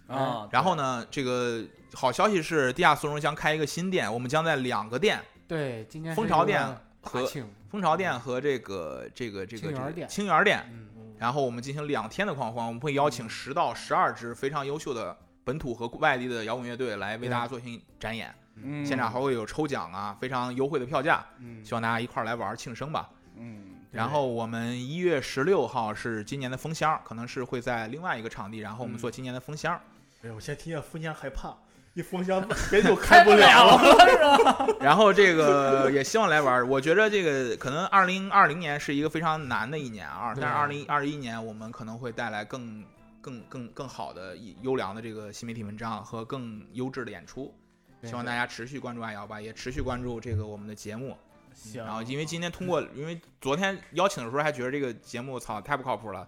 Speaker 1: 嗯
Speaker 2: 啊。
Speaker 3: 哎然后呢，这个好消息是，地下速溶将开一个新店，我们将在两个店
Speaker 1: 对，今年
Speaker 3: 蜂
Speaker 1: 是
Speaker 3: 巢
Speaker 1: 一
Speaker 3: 店
Speaker 1: 个
Speaker 3: 和
Speaker 1: 大庆，
Speaker 3: 蜂巢店和这个这个这个
Speaker 1: 清源
Speaker 3: 这个
Speaker 1: 店
Speaker 3: 清源店，
Speaker 1: 嗯，
Speaker 3: 然后我们进行两天的狂欢，我们会邀请十到十二支非常优秀的本土和外地的摇滚乐队来为
Speaker 1: 对
Speaker 3: 大家做行展演，
Speaker 2: 嗯
Speaker 3: 现场还会有抽奖啊，非常优惠的票价，
Speaker 1: 嗯
Speaker 3: 希望大家一块儿来玩儿庆生吧。 (laughs)
Speaker 2: 嗯
Speaker 1: 对
Speaker 3: 然后我们一月十六号是今年的封箱，可能是会在另外一个场地，然后我们
Speaker 1: 嗯
Speaker 3: 做今年的封箱。
Speaker 6: 哎呦，我现在听见封箱害怕，一封箱别就开不了了。
Speaker 2: (laughs)
Speaker 3: (laughs) 然后这个也希望来玩儿。我觉着这个可能二零二零年是一个非常难的一年啊，
Speaker 1: 对
Speaker 3: 但是二零二一年我们可能会带来更更更更好的一优良的这个新媒体文章和更优质的演出。
Speaker 1: 对
Speaker 3: 希望大家持续关注爱瑶吧，也持续关注这个我们的节目。
Speaker 2: 行，
Speaker 3: 嗯然后因为今天通过，因为昨天邀请的时候还觉得这个节目操太不靠谱了，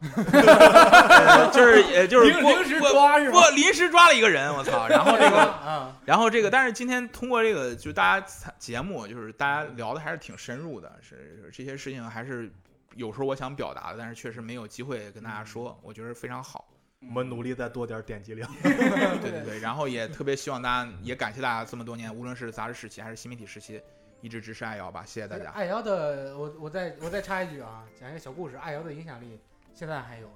Speaker 3: 呃就是也就是
Speaker 2: 临
Speaker 3: 过
Speaker 2: 临时
Speaker 3: 过
Speaker 2: 抓是吧？
Speaker 3: 过临时抓了一个人，我操！然后这个
Speaker 1: (laughs) 啊，
Speaker 3: 然后这个，但是今天通过这个，就大家参节目，就是大家聊的还是挺深入的，是是这些事情还是有时候我想表达的，但是确实没有机会跟大家说，我觉得非常好。
Speaker 6: 我们努力再多点点击量。
Speaker 3: (laughs) 对对对，然后也特别希望大家，也感谢大家这么多年，无论是杂志时期还是新媒体时期，一直支持爱瑶吧，谢谢大家。
Speaker 1: 爱瑶的，我我再我再插一句啊，讲一个小故事，爱瑶的影响力现在还有呢。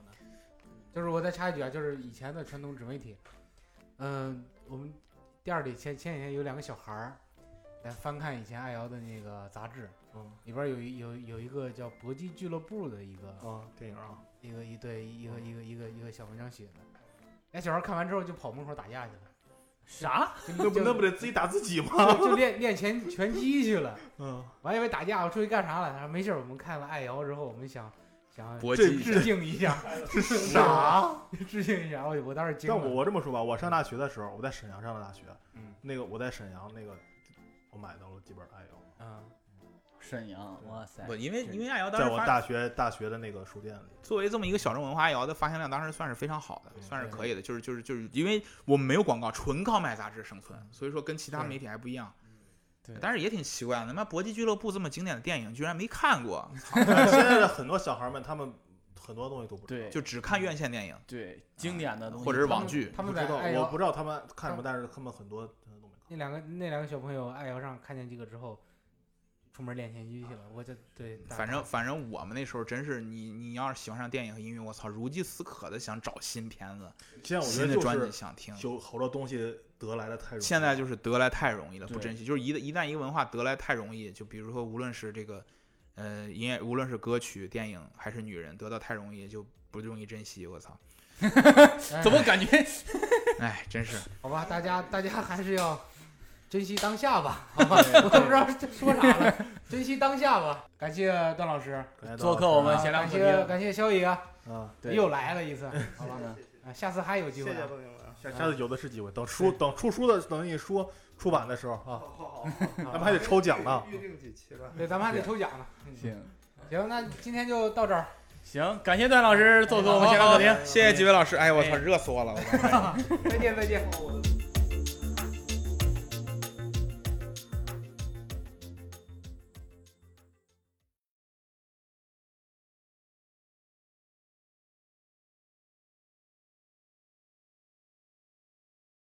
Speaker 1: 就是我再插一句啊，就是以前的传统纸媒体，嗯、我们店儿里前前几天有两个小孩儿来翻看以前爱瑶的那个杂志，
Speaker 6: 嗯
Speaker 1: 里边儿有一有有一个叫搏击俱乐部的一个
Speaker 6: 啊，电影啊，
Speaker 1: 一个一对一
Speaker 3: 嗯
Speaker 1: 个一个一个一个小文章写的，俩小孩看完之后就跑门口打架去了，
Speaker 2: 啥？
Speaker 1: 就
Speaker 6: 那不
Speaker 1: 就
Speaker 6: 那不得自己打自己吗？
Speaker 1: 就就练练拳拳击去了。
Speaker 6: 嗯，
Speaker 1: 我还以为打架，我出去干啥了？他说没事儿，我们看了爱瑶之后，我们想想
Speaker 3: 搏
Speaker 6: 这
Speaker 3: 击一下
Speaker 1: 致敬一
Speaker 6: (laughs)
Speaker 1: 下，
Speaker 6: 啥？
Speaker 1: (laughs) 致敬一下。我我当时惊
Speaker 6: 像我
Speaker 1: 了，
Speaker 6: 我这么说吧，我上大学的时候，我在沈阳上的大学，
Speaker 1: 嗯
Speaker 6: 那个我在沈阳那个，我买到了几本《爱瑶
Speaker 1: 嗯，
Speaker 4: 沈阳，哇塞
Speaker 3: 不，，因为因为爱瑶》，当
Speaker 6: 在
Speaker 3: 时
Speaker 6: 我
Speaker 3: 发
Speaker 6: 大学大学的那个书店里。
Speaker 3: 作为这么一个小众文化，瑶的发行量当时算是非常好的，
Speaker 6: 嗯
Speaker 3: 算是
Speaker 1: 对
Speaker 3: 可以的。就是就是就是因为我们没有广告，纯靠卖杂志生存，所以说跟其他
Speaker 1: 对
Speaker 3: 媒体还不一样。
Speaker 1: 对
Speaker 3: 但是也挺奇怪的，他妈《搏击俱乐部》这么经典的电影居然没看过，
Speaker 6: 但是现在的很多小孩们，他们很多东西都不知道。
Speaker 2: 对，
Speaker 3: 就只看院线电影。
Speaker 2: 对经典的东西，
Speaker 3: 或者是网剧
Speaker 1: 他们
Speaker 6: 不
Speaker 1: 在
Speaker 6: 知道，
Speaker 1: 爱嗯
Speaker 6: 我
Speaker 1: 瑶
Speaker 6: 不知道他们看什么，但是他们很多都没看。
Speaker 1: 那两个那两个小朋友爱瑶上看见这个之后，出门练拳击去了。我就对，打
Speaker 3: 反正反正我们那时候真是你你要是喜欢上电影和音乐，我操，如饥似渴的想找新片子、
Speaker 6: 现在我觉
Speaker 3: 新
Speaker 6: 得
Speaker 3: 的专
Speaker 6: 就
Speaker 3: 辑
Speaker 6: 是
Speaker 3: 想听。
Speaker 6: 有好多东西得来的太容易了。
Speaker 3: 现在就是得来太容易了，不
Speaker 2: 对
Speaker 3: 珍惜。就是一一旦一个文化得来太容易，就比如说无论是这个，呃，音乐，无论是歌曲、电影还是女人，得到太容易就不容易珍惜。我操，
Speaker 1: 哎
Speaker 2: (laughs) 怎么感
Speaker 3: (laughs)
Speaker 2: 觉
Speaker 3: 哎，真 (laughs) 是
Speaker 1: 好吧？大家大家还是要珍惜当下
Speaker 2: (laughs)
Speaker 1: 吧，好吧？我也不知道这说啥了，珍惜当下吧。感谢段老师，
Speaker 6: 感觉到
Speaker 2: 做客我们
Speaker 1: 啊
Speaker 2: 闲聊
Speaker 1: 感
Speaker 2: 客
Speaker 1: 谢
Speaker 2: 厅？
Speaker 1: 感谢肖爷啊，
Speaker 6: 啊，
Speaker 2: 对
Speaker 1: 又来了一次，好吧？
Speaker 2: 嗯
Speaker 1: 啊，下次还有机
Speaker 7: 谢
Speaker 1: 会
Speaker 7: 谢
Speaker 1: 啊。
Speaker 7: 朋友们啊，
Speaker 6: 下下次有的是机会。等书等出书的，等你书出版的时候啊，
Speaker 7: 好好好好，
Speaker 6: 咱们还得抽奖呢。
Speaker 7: 预定几期吧。
Speaker 1: 对，咱们还得抽奖呢。嗯
Speaker 2: 行
Speaker 1: 行，那今天就到这儿。
Speaker 2: 行，感谢段老师做客我们闲聊客厅。嗯
Speaker 3: 谢谢几位老师，哎，我操，
Speaker 2: 哎
Speaker 3: (laughs) 热死我了。我操
Speaker 1: 再见，再见。
Speaker 7: 我